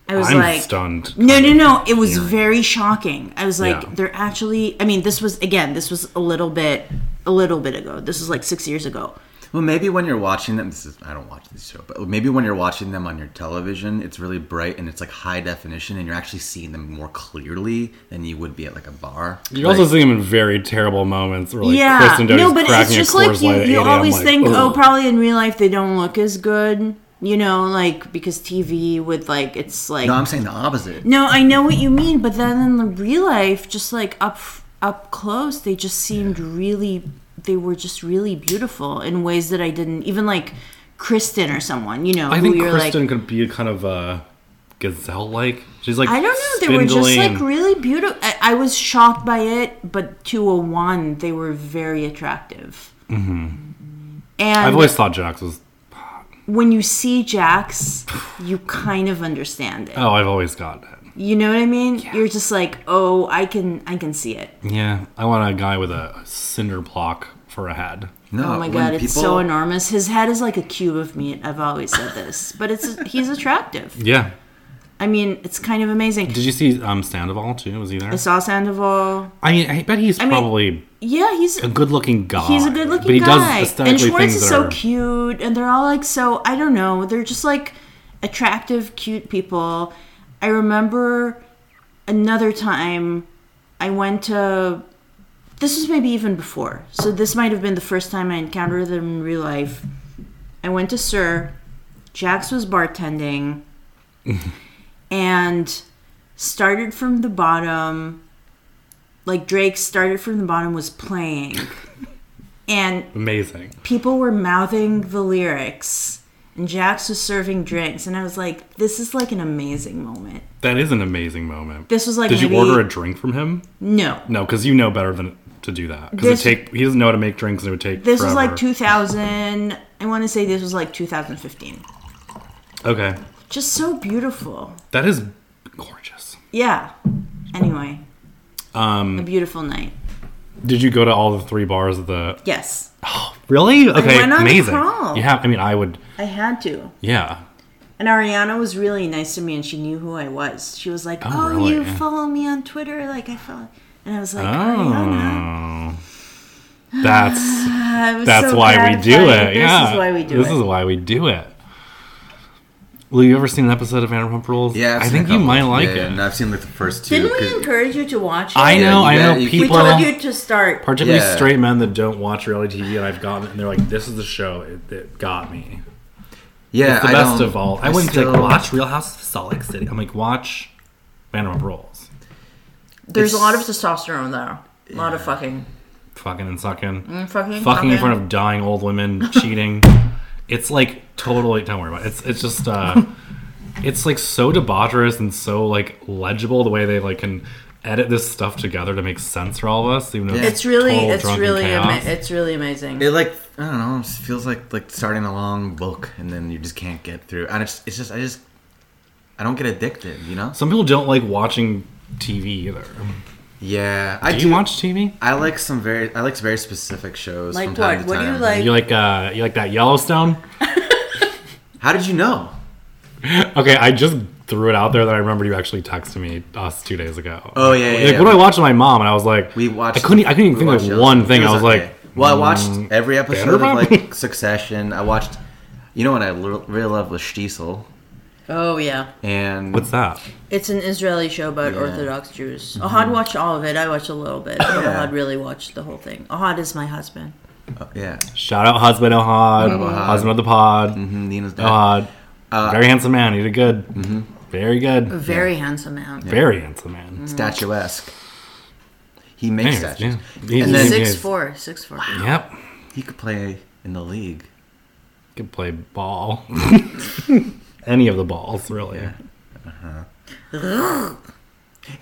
I was
I'm
like
stunned.
No, no, no. It was very shocking. I was like,
Yeah.
they're actually. I mean, this was again. This was a little bit, a little bit ago. This was like six years ago.
Well, maybe when you're watching them, this is I don't watch this show, but maybe when you're watching them on your television, it's really bright and it's like high definition, and you're actually seeing them more clearly than you would be at like a bar.
You also
Like,
see him in very terrible moments. Where, like,
yeah.
Kristen Doty's
No, but it's
cracking a
just like
Coors Light
you.
at
You
8 a.m.,
always
like,
think, oh,
ugh.
probably in real life they don't look as good. You know, like because TV with like it's like.
no, I'm saying the opposite.
No, I know what you mean, but then in the real life, just like up up close, they just seemed really they were just really beautiful in ways that I didn't even like Kristen or someone, you know,
I think
who you're
Kristen
like
could be kind of uh, gazelle-like. She's like
I don't know, they were just
spindly
like
and-
really beautiful. I, I was shocked by it, but to a one, they were very attractive. Mm-hmm. And
I've always thought Jax was.
when you see Jax, you kind of understand it.
Oh, I've always got that.
You know what I mean? You're just like, oh, I can, I can see it.
Yeah, I want a guy with a cinder block for a head.
No,
Oh my
when
god, it's so
people-
enormous. His head is like a cube of meat. I've always said this, but it's he's attractive.
Yeah.
I mean, it's kind of amazing.
Did you see um, Sandoval too? Was he there?
I saw Sandoval.
I mean, I bet he's
mean-
probably
Yeah, he's
a good-looking guy.
he's a good-looking
but he
guy.
Does aesthetically
and Schwartz
things
is
that
so
are-
cute, and they're all like so. I don't know. They're just like attractive, cute people. I remember another time I went to. This was maybe even before, so this might have been the first time I encountered them in real life. I went to Sir. Jax was
*laughs*
bartending and started from the bottom. Like Drake started from the bottom, was playing. And
amazing.
people were mouthing the lyrics. And Jax was serving drinks. And I was like, this is like an amazing moment.
That is an amazing moment.
This was like
Did you
maybe-
order a drink from him?
No.
No, because you know better than to do that. Because
This-
take he doesn't know how to make drinks, and it would take.
This was
forever.
like 2000. I want to say this was like 2015.
Okay,
Just so beautiful.
that is gorgeous.
Yeah. Anyway. Um, a beautiful night.
Did you go to all the three bars of the?
Yes.
Oh, Really? Okay,
went on a
amazing.
crawl.
You have. I mean, I would.
I had to.
Yeah.
And Ariana was really nice to me, and she knew who I was. She was like, "Oh,
Oh, really?
you
Yeah.
follow me on Twitter? Like I follow." And I was like,
Oh.
Ariana,
That's
*sighs* I was
that's
so
why we
gratified.
do it.
This
yeah.
is why we do
this
it.
is why we do it. Lou, you ever seen an episode of Vanderpump Rules?
Yeah, I've
I
seen
think
a
you
couple.
might like
Yeah, yeah,
it.
no, I've seen like the first two.
Didn't we
'cause-
encourage you to watch it?
I
Yeah,
know.
you
I
got-
know
you-
we
people.
told you to start.
particularly
Yeah.
straight men that don't watch reality TV, and I've gotten, and they're like, "This is the show it, that got me."
yeah,
It's the
I
best
don't-
of all. I wouldn't
still-
like watch Real House of Salt Lake City. I'm like, watch Vanderpump Rules,
There's a
It's-
lot of testosterone though. A lot of fucking,
fucking and sucking,
fucking,
fucking in front of dying old women, cheating. It's like totally. Don't worry about it. It's it's just. uh It's like so debaucherous and so like legible the way they like can edit this stuff together to make sense for all of us. Even though
Yeah.
It's really,
total
it's
drunken
really, ama-
chaos.
it's really amazing.
It like I don't know. It just feels like like starting a long book, and then you just can't get through. And it's it's just I just I don't get addicted. You know?
Some people don't like watching TV either.
Yeah, I
Do you watch TV?
I like some very I like very specific shows.
Like
from time
what?
to
What do you
time.
like?
You like uh you like that Yellowstone?
How did you know?
Okay, I just threw it out there that I remembered you actually texted me us two days ago.
Oh, yeah, yeah,
Like,
yeah.
what do I watch with my mom? And I was like,
We watched.
I couldn't. e- I couldn't even
we
think
watched
of
Yellowstone.
one thing.
It
I was
okay.
like, mm,
well, I watched every episode of
Vanderpump? *laughs*
like Succession. I watched. You know what I l- really love was Stiesel,
oh yeah,
and
what's that?
it's an Israeli show about
Yeah.
Orthodox Jews.
Mm-hmm.
Ahad watched all of it. I watched a little bit. but
Yeah.
Ahad really watched the whole thing. Ahad is my husband.
oh, yeah,
Shout out husband Ohad,
Shout out Ohad.
husband of the pod,
Mhm, Nina's dad.
Ohad.
Uh, Mm-hmm.
very handsome man. He did good. Very good.
A very handsome man.
Very handsome man.
statuesque. He makes
Anyways,
Mm-hmm. statues.
yeah. He-
And
he-
then-
he-
Six four, six four.
Yep.
He could play in the league.
Could play
*laughs*
ball. Any of the balls, really.
Yeah.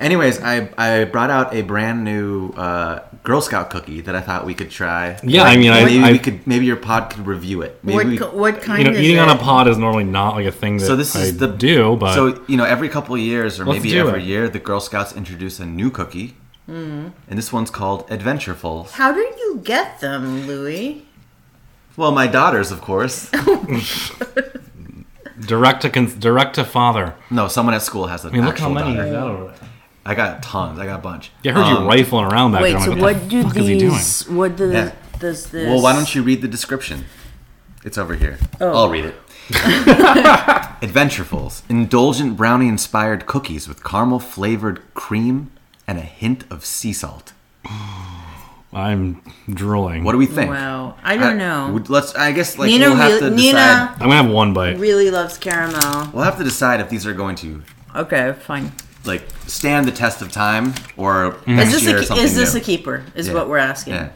Anyways, I I brought out a brand new uh, Girl Scout cookie that I thought we could try.
Yeah, I mean, I-
maybe
I-
we could maybe your pod could review it. Maybe
What
we-
co- what
you
kind
know,
is
eating
it?
on a pod is normally not like a thing that
so this is
I
the
do, but
so you know every couple of years or
Let's
maybe
do
every
it.
year the Girl Scouts introduce a new cookie,
Hmm.
and this one's called Adventureful.
How do you get them, Louis?
Well, my daughters, of
*laughs*
course.
direct to cons- direct to father.
no, someone at school has an
I mean, look
actual
how many
daughter.
you got over there.
I got tons. I got a bunch.
Yeah, I heard
Um,
you rifling around back
Wait,
there. I'm
so
like,
what do
the fuck is he doing?
these? What do,
Yeah.
does this?
Well, why don't you read the description? It's over here.
Oh.
I'll
*laughs*
read it. Adventurefuls, indulgent brownie inspired cookies with caramel flavored cream and a hint of sea salt.
I'm drooling.
What do we think?
Wow, I don't know.
would- Let's. I guess like
Nina,
we'll have to
really,
decide.
Nina
I'm gonna have one bite.
really loves caramel.
We'll have to decide if these are going to
Okay, fine.
like stand the test of time or
Is
next
this
year or
a,
something
is this
new.
a keeper? Is
Yeah.
what we're asking.
Yeah.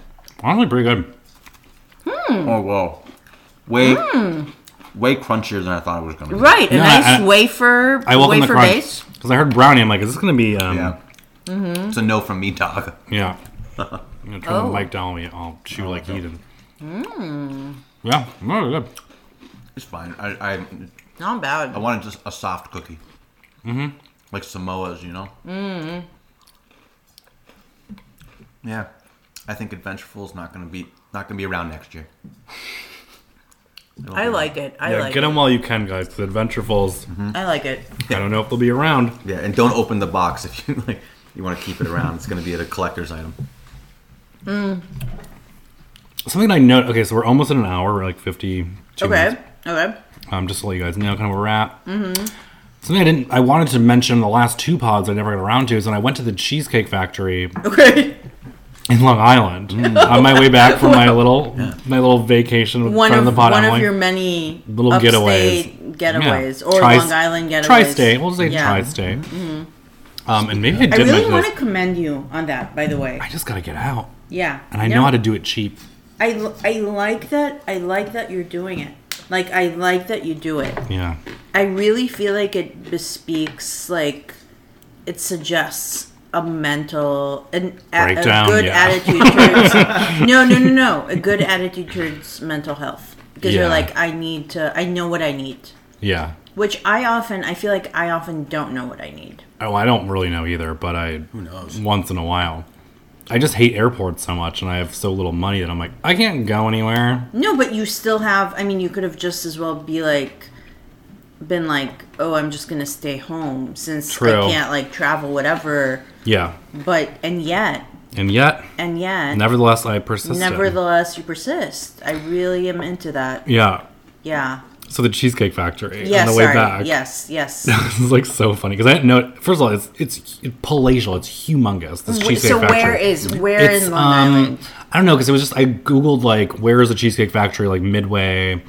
Honestly, pretty good.
Hmm.
Oh wow. Way way crunchier than I thought it was going to be.
Right, a
No,
nice
I-
wafer
I welcome the
wafer
crunch
base.
because I heard brownie. I'm like, is this gonna be? Um,
Yeah.
yeah.
Mm-hmm.
It's a no from me, dog.
I'm gonna turn
Oh. Hmm.
the mic down. and I'll chew like Eden. Yeah, really good.
It's fine. I, I
Not bad.
I wanted just a soft cookie. Mm-hmm. Like Samoa's, you know? Mm-hmm. Yeah. I think Adventureful's not gonna be not gonna be around next year. It'll
I
be-
like it. I
Yeah,
like
get
it.
them while you can, guys. The Adventurefuls.
I like it.
I don't know if they'll be around.
Yeah, and don't open the box if you *laughs* like you wanna keep it around. It's gonna be a collector's item.
Something I know. Okay, so we're almost in an hour. We're like 52 minutes.
Okay. Okay.
um, just to let you guys know, kind of a wrap. Mm-hmm. Something I didn't, I wanted to mention the last two pods I never got around to is when I went to the Cheesecake Factory
Okay. *laughs*
in Long Island on my way back from my little my little vacation with
One
friend
of
the pod
one
Emily.
of your many
Little
upstate getaways or
Tri-
Long Island getaways.
tri-state. We'll say
Yeah. Mm-hmm.
tri-state. Um, and maybe I
I
did
really
mention
want to
this.
commend you on that, by the way.
I just gotta get out,
Yeah.
and I
No.
know how to do it cheap.
I, l- I like that. I like that you're doing it. Like I like that you do it.
Yeah,
I really feel like it bespeaks like it suggests a mental an a, a
Breakdown,
good
yeah.
attitude
*laughs*
towards no no no no a good attitude towards mental health because
Yeah.
you're like I need to I know what I need
yeah.
which I often I feel like I often don't know what I need
Oh, I don't really know either, but I who knows once in a while. I just hate airports so much, and I have so little money that I'm like, I can't go anywhere.
No, but you still have. I mean, you could have just as well be like, been like, oh, I'm just gonna stay home since
True.
I can't like travel, whatever.
Yeah,
But and yet,
and yet,
and yet,
nevertheless, I persisted.
nevertheless, you persist. I really am into that.
yeah.
Yeah.
So the Cheesecake Factory
Yes.
on the way
sorry.
back. *laughs*
Yes. Yes.
this is like so funny because I didn't know. First of all, it's it's palatial. It's humongous. This
Wait,
cheesecake
so
factory.
where is where
it's,
in
um,
Long Island?
I don't know because it was just I googled like where is the cheesecake factory like midway,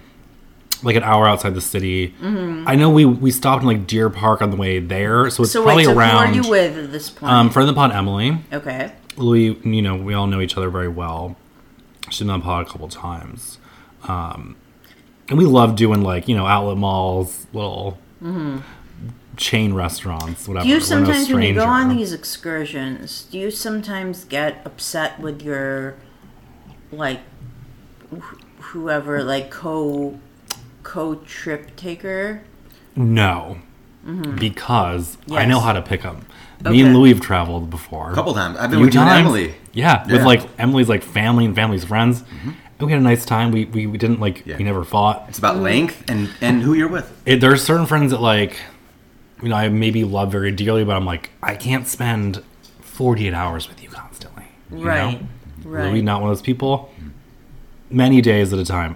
like an hour outside the city. I know we we stopped in like Deer Park on the way there, so it's
Mm-hmm. So
probably
wait, so
around.
who are you with at this point?
um, friend of the pod, Emily.
okay.
Louis, you know, we all know each other very well. She's been on the pod a couple times. Um, and we love doing like, you know, outlet malls, little chain restaurants, whatever.
Do Mm-hmm. you
We're no
sometimes, when you go on
stranger.
these excursions, do you sometimes get upset with your, like, wh- whoever, like, co co trip taker?
No. Because I
Mm-hmm. Yes.
know how to pick them. Me and
Okay.
Louis have traveled before. A
couple times. I've been with you and Emily.
Yeah, with
Yeah. Mm-hmm.
like Emily's like family and family's friends. And we had a nice time. We, we, we didn't like,
Yeah.
we never fought.
It's about length and and who you're with.
it, there are certain friends that like you know i maybe love very dearly but i'm like i can't spend 48 hours with you constantly you
Right.
know?
Right.
Louis, not one of those people many days at a time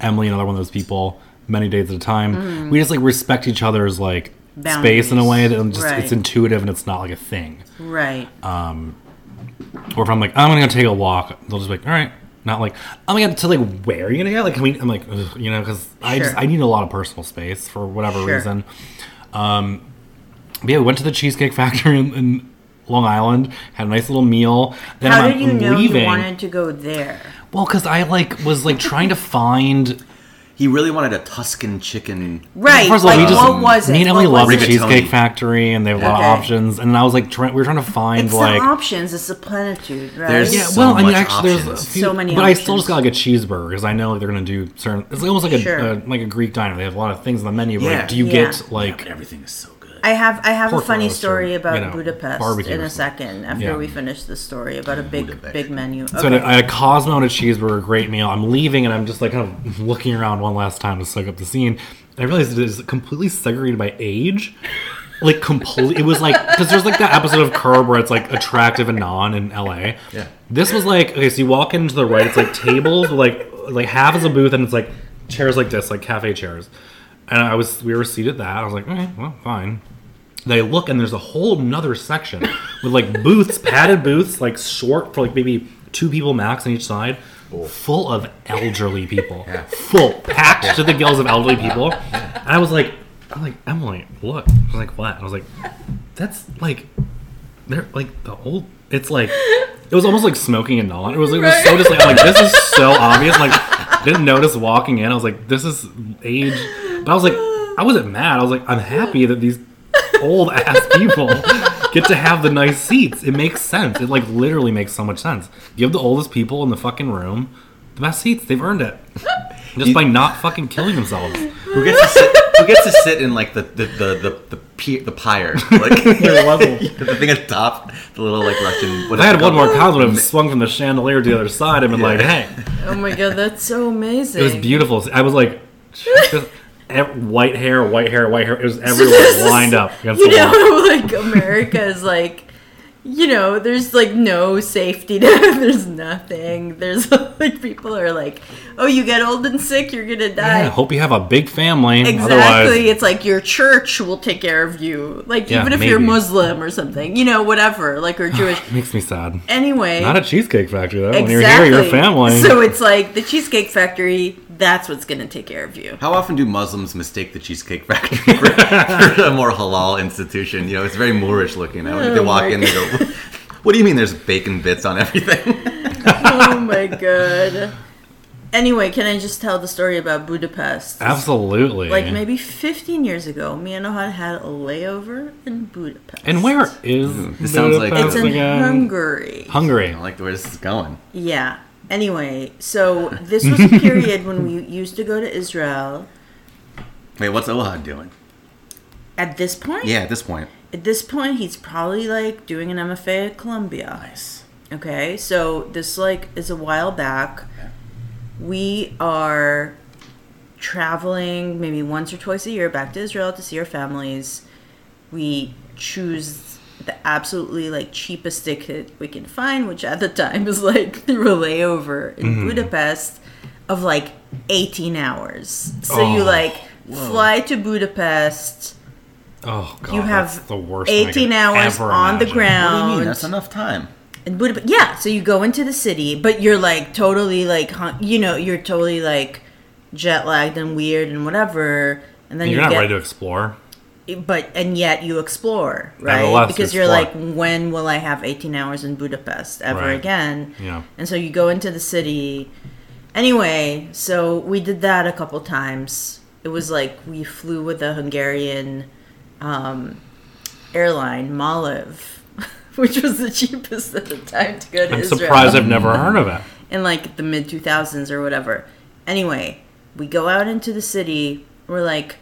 emily another one of those people many days at a time we just like respect each other's like space in a way that I'm just
Boundaries.
it's intuitive and it's not like a thing
Right.
or if i'm like i'm gonna go take a walk they'll just be like all right not like oh my god to like where are you gonna go like can we i'm like ugh, you know because i
Sure.
just i need a lot of personal space for whatever
Sure.
reason Um, But yeah, we went to the Cheesecake Factory *laughs* in, in Long Island, had a nice little meal. Then
How
I'm
did you know
leaving.
you wanted to go there?
Well, because I like was like trying
*laughs*
to find.
He really wanted a Tuscan chicken.
Right.
First of all,
like,
we just
what was it?
me and Emily
What
love the
was it?
Rigatoni.
Cheesecake Factory, and they have a lot
Okay.
of options. And I was like, try, we were trying to find
It's
like.
the options. It's the plenitude, right?
There's-
Yeah,
So
well, I mean,
much
actually, there's a
options.
few,
So many
but I still just got
options.
like a cheeseburger because I know like, they're gonna do certain. It's almost like a
Sure.
uh, like a Greek diner. They have a lot of things on the menu. But
Yeah.
like, do you
Yeah.
get like
Everything is so good.
I have I have a
Pork
funny
roast or,
story about
you know,
Budapest
barbecue
in
or
a
something.
second after
Yeah.
we finish this story about a big
Budapest.
big menu.
So I
Okay.
had, a, I had a Cosmo and a cheeseburger, great meal. I'm leaving and I'm just like kind of looking around one last time to soak up the scene. And I realized it is completely segregated by age. Like complete, it was like because there's like that episode of Curb where it's like attractive and non in LA.
Yeah.
This was like okay, so you walk into the right, it's like tables, like like half is a booth and it's like chairs like this, like cafe chairs. And I was we were seated that. I was like, okay, well, fine. They look and there's a whole nother section with like booths, padded booths, like short for like maybe two people max on each side, full of elderly people,
Yeah.
full packed to the gills of elderly people. And I was like, I'm like Emily, look. I was like, what? I was like, that's like, they're like the old. It's like it was almost like smoking and non. It was like it was so just like I'm like this is so obvious. Like didn't notice walking in. I was like this is age. But I was like I wasn't mad. I was like I'm happy that these old ass people get to have the nice seats. It makes sense. It like literally makes so much sense. Give the oldest people in the fucking room the best seats. They've earned it. Just
You-
by not fucking killing themselves.
Who gets to sit? Who gets to sit in like the the the the the, pe- the pyre?
*laughs*
Like
Their level.
the thing at the top, the little like Russian. What
If I had
*laughs*
one more comment, I would have swung from the chandelier to the other side and been like,
Yeah.
hey.
oh my god, that's so
*laughs*
amazing.
It was beautiful. I was like,
*laughs*
Jesus. Ev- white hair, white hair, white hair. It was everywhere lined up against
You
the wall.
know, uh, *laughs* like America is like, you know, there's like no safety *laughs* net. There's nothing. There's *laughs* like people are like, oh, you get old and sick, you're gonna die.
Yeah, hope you have a big family.
Exactly.
Otherwise,
It's like your church will take care of you. Like
Yeah,
even if you're
maybe.
Muslim or something, you know, whatever, like or
*sighs*
Jewish.
makes me sad.
Anyway,
Not a cheesecake factory though. When
exactly.
you're here, your family.
So it's like the Cheesecake Factory. That's what's gonna take care of
*laughs*
you.
How often do Muslims mistake the Cheesecake Factory for, for a more halal institution? You know, it's very Moorish looking. I think they
Oh
walk
my
in, they go, "What do you mean? There's bacon bits on everything." *laughs*
oh my god. Anyway, can I just tell the story about Budapest?
Absolutely.
Like maybe 15 years ago, me and Ohad had a layover in Budapest.
and where is
This Hmm, sounds like-
Budapest
It's in
again?
Hungary.
Hungary.
I like the way this is going.
Yeah. Anyway, so this
*laughs*
was a period when we used to go to Israel.
Wait, what's Ohad doing?
At this point,
Yeah, at this point,
at this point, he's probably like doing an MFA at Columbia.
nice.
Okay, so this like is a while back. We are traveling maybe once or twice a year back to Israel to see our families. We choose the absolutely like cheapest ticket we can find, which at the time is like through a layover in Budapest of like 18 hours. So you
Oh.
like fly to Budapest,
Oh god,
you have
that's the worst. thing I
18
could
hours
ever
on the
imagine.
ground.
What do you mean? That's enough time.
In Budapest, yeah. So you go into the city, but you're like totally like hun- you know you're totally like jet lagged and weird and whatever. And then
You're
you
not
get,
ready to explore.
but and yet you explore, right?
Nevertheless,
Because you're like,
explore.
when will I have 18 hours in Budapest ever
Right.
again?
Yeah.
And so you go into the city. Anyway, so we did that a couple times. It was like we flew with a Hungarian um, airline, Maliv, *laughs* which was the *laughs* cheapest at the time to go to
I'm
Israel
surprised I've never heard of it.
in like the mid 2000s or whatever. Anyway, we go out into the city. We're like,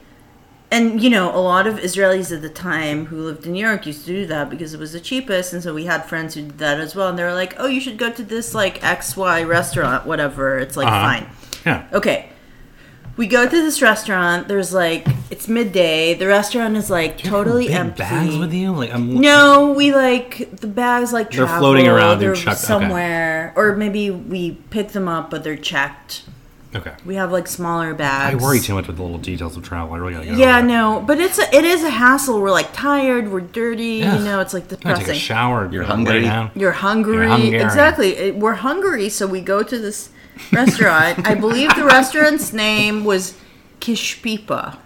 and you know, a lot of Israelis at the time who lived in New York used to do that because it was the cheapest. And so we had friends who did that as well. And they were like, oh, you should go to this like XY restaurant, whatever. It's like,
Uh-huh.
fine.
Yeah.
Okay. We go to this restaurant. There's like, it's midday. The restaurant is like totally
Big
empty.
bags with you? Like I'm
No, we like the bags like
They're
travel,
floating around, they're
they're
chucked- okay.
somewhere, or maybe we pick them up, but they're checked.
Okay.
We have like smaller
I
bags.
worry too much with the little details of travel. I really gotta go.
Yeah,
over it.
no, but it's a, it is a hassle. We're like tired, we're dirty,
Ugh.
you know. It's like
I'm gonna
depressing.
take a shower. You're
hungry.
Down.
You're hungry.
You're Hungarian.
Exactly. It- We're hungry, so we go to this restaurant. I believe the restaurant's name was Kishpipa.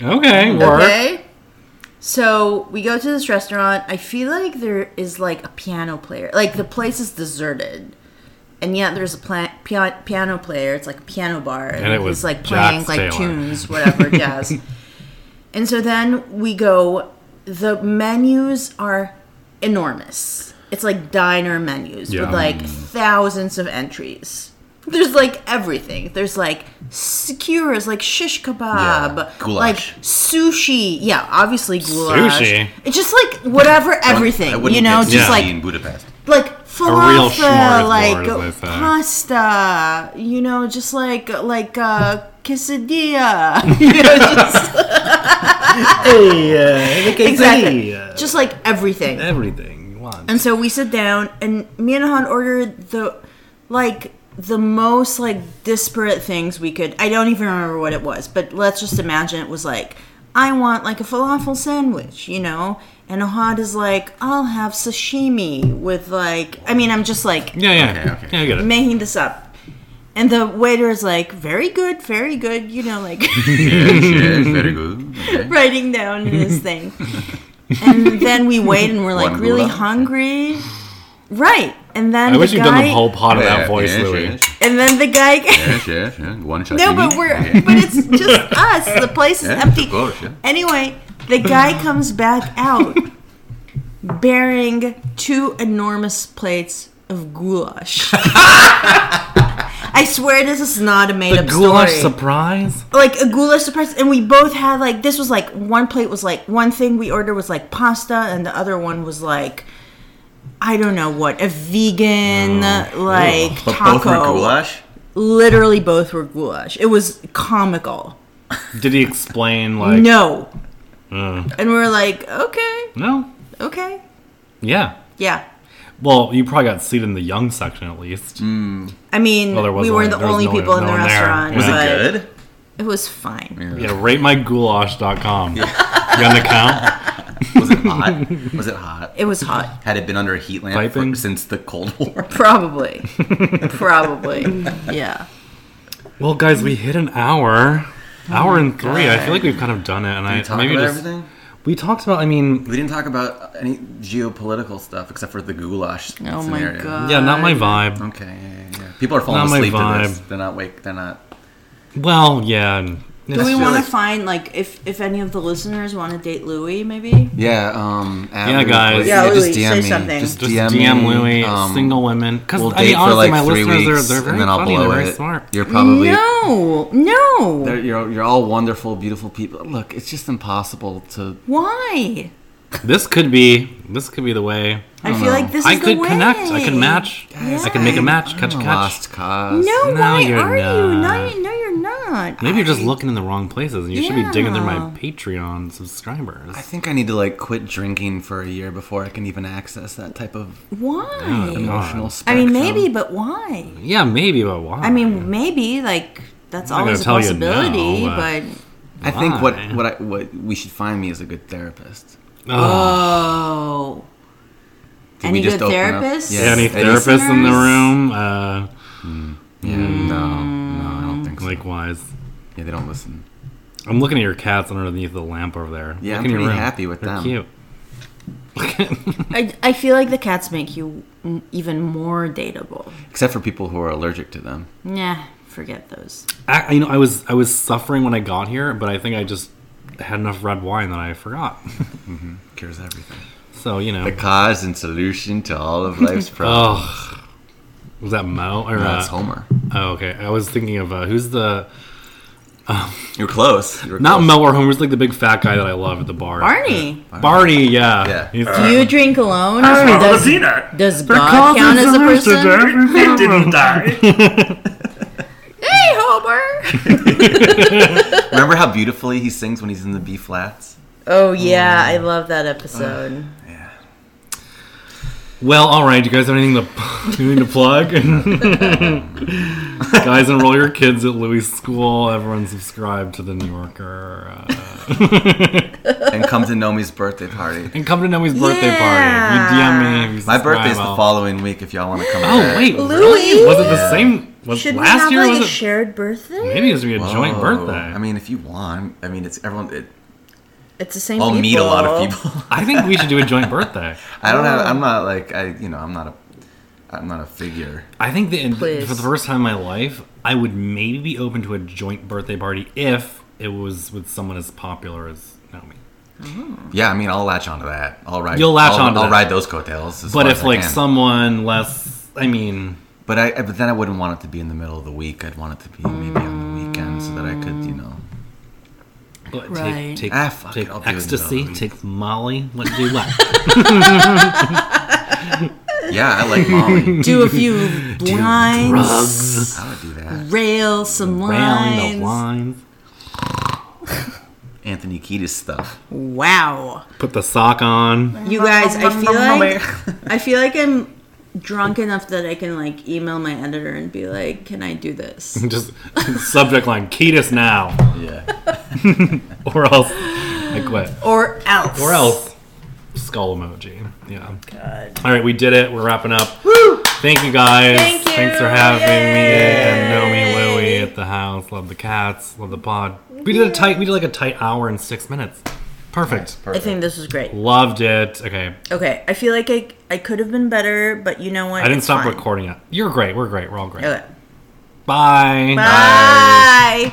Okay. Work.
Mm, Okay. So we go to this restaurant. I feel like there is like a piano player. Like the place is deserted, and yet there's a pla- pia- piano player. It's like a piano bar, and,
it
he's,
was
like
Jack
playing
Taylor.
like
*laughs*
tunes, whatever jazz. And so then we go. The menus are enormous. It's like diner menus
Yeah.
with like thousands of entries. There's like everything. There's like skewers, like shish kebab,
Yeah,
like
goulash.
sushi. Yeah, obviously goulash.
Sushi?
It's just like whatever, everything.
I wouldn't
you know,
get
just
Yeah.
like
sushi in Budapest. *laughs*
like
real
falafel,
smorgasbord,
like
as they say.
pasta, you know, just like like uh, quesadilla, you know, just, *laughs*
uh,
exactly, just like everything.
Everything you want.
And so we sit down, and me and Han ordered the like the most like disparate things we could. I don't even remember what it was, but let's just imagine it was like I want like a falafel sandwich, you know. And Ahad is like, I'll have sashimi with like. I mean, I'm just like
yeah, yeah.
Okay, okay.
Yeah, I get it.
making this up. And the waiter is like, very good, very good, you know, like *laughs*
yes, yes, very good. Okay.
writing down
*laughs*
this thing. And then we wait and we're like
One
really
gula.
hungry. Right. And then
I
the
wish you'd
guy,
done the whole pot of
Yeah,
that voice,
yes,
Louis.
yes,
and then the guy *laughs*
yes, yes, yes. One shot.
No, but we're *laughs*
Okay.
but it's just
*laughs*
us. The place is
Yeah,
empty.
Of course, yeah.
Anyway, the guy comes back
*laughs*
out bearing two enormous plates of
*laughs*
goulash. I swear this is not a made
The
up
goulash
story.
surprise.
like a goulash surprise and we both had like this was like one plate was like one thing we ordered was like pasta and the other one was like I don't know what a vegan uh,
*laughs*
like
But both
taco.
were goulash.
Literally both were goulash. It was comical.
Did he explain like mm.
no. And we are like, okay,
No?
okay,
Yeah.
yeah.
Well, you probably got seated in the young section at least.
Mm.
I mean,
Well, there was
we were
only-
the
there was
only
no-
people in
no
the
one there.
restaurant.
Was
Was
it
but
it good?
It was fine.
Yeah,
*laughs*
ratemygoulash.com. You on the count?
Was it hot? Was it hot?
It was hot.
Had it been under a heat lamp
Piping?
for, since the Cold War?
*laughs*
Probably. Probably. Yeah.
Well, guys, we hit an hour. Hour and three. I feel like we've kind of done it, and I
We talked
maybe
about
just
everything.
we talked about. I mean,
We didn't talk about any geopolitical stuff except for the goulash
Oh my
scenario.
God.
yeah, not my vibe.
Okay, yeah, yeah, yeah. People are falling
Not my
asleep to this.
vibe.
They're not wake. They're not.
Well, yeah. and
Do
it's
we
just-
want to
like-
find like if if any of the listeners want to date Louis, maybe?
Yeah. Um. at
Yeah,
Louis,
guys.
please.
Yeah,
Louis,
DM
say
me.
something.
Just,
just
DM,
DM,
me,
Louis,
um,
single women. Because
We'll
I
date
mean, honestly,
for like
my
three
listeners
weeks,
are they're very
and then I'll
funny.
blow
they're very
it.
smart.
*laughs* You're probably.
no, no.
They're- You're, you're all wonderful, beautiful people. Look, it's just impossible to
Why?
This could be this could be the way.
I, feel like this
I
is the
could
way.
connect. I could match. I could make a match. Catch a
I'm a
catch.
lost cause.
No,
No,
why
you're
are you? No,
not.
you- no, you're not.
Maybe you're just looking in the wrong places, and you should be digging through my
Yeah.
Patreon subscribers.
I think I need to like quit drinking for a year before I can even access that type of
Oh,
Why?
emotional
I
spectrum.
mean, maybe, but why?
Yeah, maybe, but why?
I mean, maybe like that's
not gonna
always a
tell you
possibility,
no, uh,
but
but-
I think
Why?
what what I, what we should find me is a good therapist.
Ugh.
oh,
Did
Any
we just
good
open up?
therapists?
Yes.
any
Any
therapists in the
listeners?
room? Uh,
Yeah,
Mm.
no, no, I don't think so.
likewise,
yeah, they don't listen.
I'm looking at your cats underneath the lamp over there.
Yeah,
Look
I'm
in your
pretty
room.
happy with
They're
them.
Cute. *laughs*
I, I feel like the cats make you m- even more dateable.
Except for people who are allergic to them.
Nah, forget those.
I, you know, I was I was suffering when I got here, but I think I just had enough red wine that I forgot. *laughs*
Cures everything.
So you know,
The cause and solution to all of life's problems.
*laughs* oh, was that Mo or
That's
uh,
Homer.
Oh, okay. I was thinking of uh, who's the
You're close. You were
not
close.
Mo or Homer's like the big fat guy that I love at the bar.
Barney,
Barney, yeah.
Yeah. Uh,
He's-
do you drink alone?
Oh,
does,
Rosina,
does God
Coffee
count as a
finished
person?
today.
it didn't die.
Hey,
*laughs*
Homer.
Remember how beautifully he sings when he's in the B flats?
Oh yeah, I love that episode.
Well, all right. You guys have anything to *laughs* anything to plug? *laughs* guys, enroll your kids at Louis School. Everyone subscribe to the New Yorker. Uh,
And come to Nomi's birthday party.
and come to Nomi's birthday
Yeah.
party. You DM me. if you
My
subscribe,
birthday's the
I'll-
following week if y'all want to come.
Oh wait,
Louis?
really? Was it the same? Was
Should we
last
have
year?
like a
was it?
shared birthday?
Maybe it was gonna be a joint
Whoa.
birthday.
Oh. I mean, if you want. I mean, it's everyone. It,
It's the same.
I'll
people.
meet a lot of people. *laughs*
I think we should do a joint
*laughs*
birthday.
I don't have. I'm not like I. You know, I'm not a. I'm not a figure.
I think that in-
Please.
for the first time in my life, I would maybe be open to a joint birthday party if it was with someone as popular as Naomi.
Yeah, I mean, I'll latch onto that. I'll ride.
You'll latch
I'll,
onto
I'll
that.
ride those coattails. as
But
far
if
as I
like
can.
someone less, I mean,
But I. But then I wouldn't want it to be in the middle of the week. I'd want it to be maybe on the weekend so that I could, you know.
but
Right.
take take,
Ah, fuck it,
take
I'll do it in the
ecstasy,
middle of the
take Molly, what do
*laughs*
what?
Yeah, I
*laughs*
like Molly.
Do a few lines.
Drugs,
I would do that.
Rail some
round the
lines.
lines,
Anthony Kiedis stuff.
Wow.
put the sock on. *laughs*
You guys, I feel like I feel like I'm drunk enough that I can like email my editor and be like, "Can I do
*laughs*
this?"
Just subject line, Ketis now,
Yeah.
or else I quit.
Or else.
Or else skull emoji. Yeah. All right, we did it. We're wrapping up. Thank you guys.
Thank you.
Thanks for having me and
Yay.
Nomi Louie at the house. Love the cats. Love the pod. We did a tight. We did like a tight hour and six minutes. Perfect.
I think this was great.
Loved it. Okay,
Okay, I feel like I I could have been better, but you know what?
I didn't
It's
stop
fine.
recording it. You're great. We're great. We're all great.
Okay.
Bye.
Bye.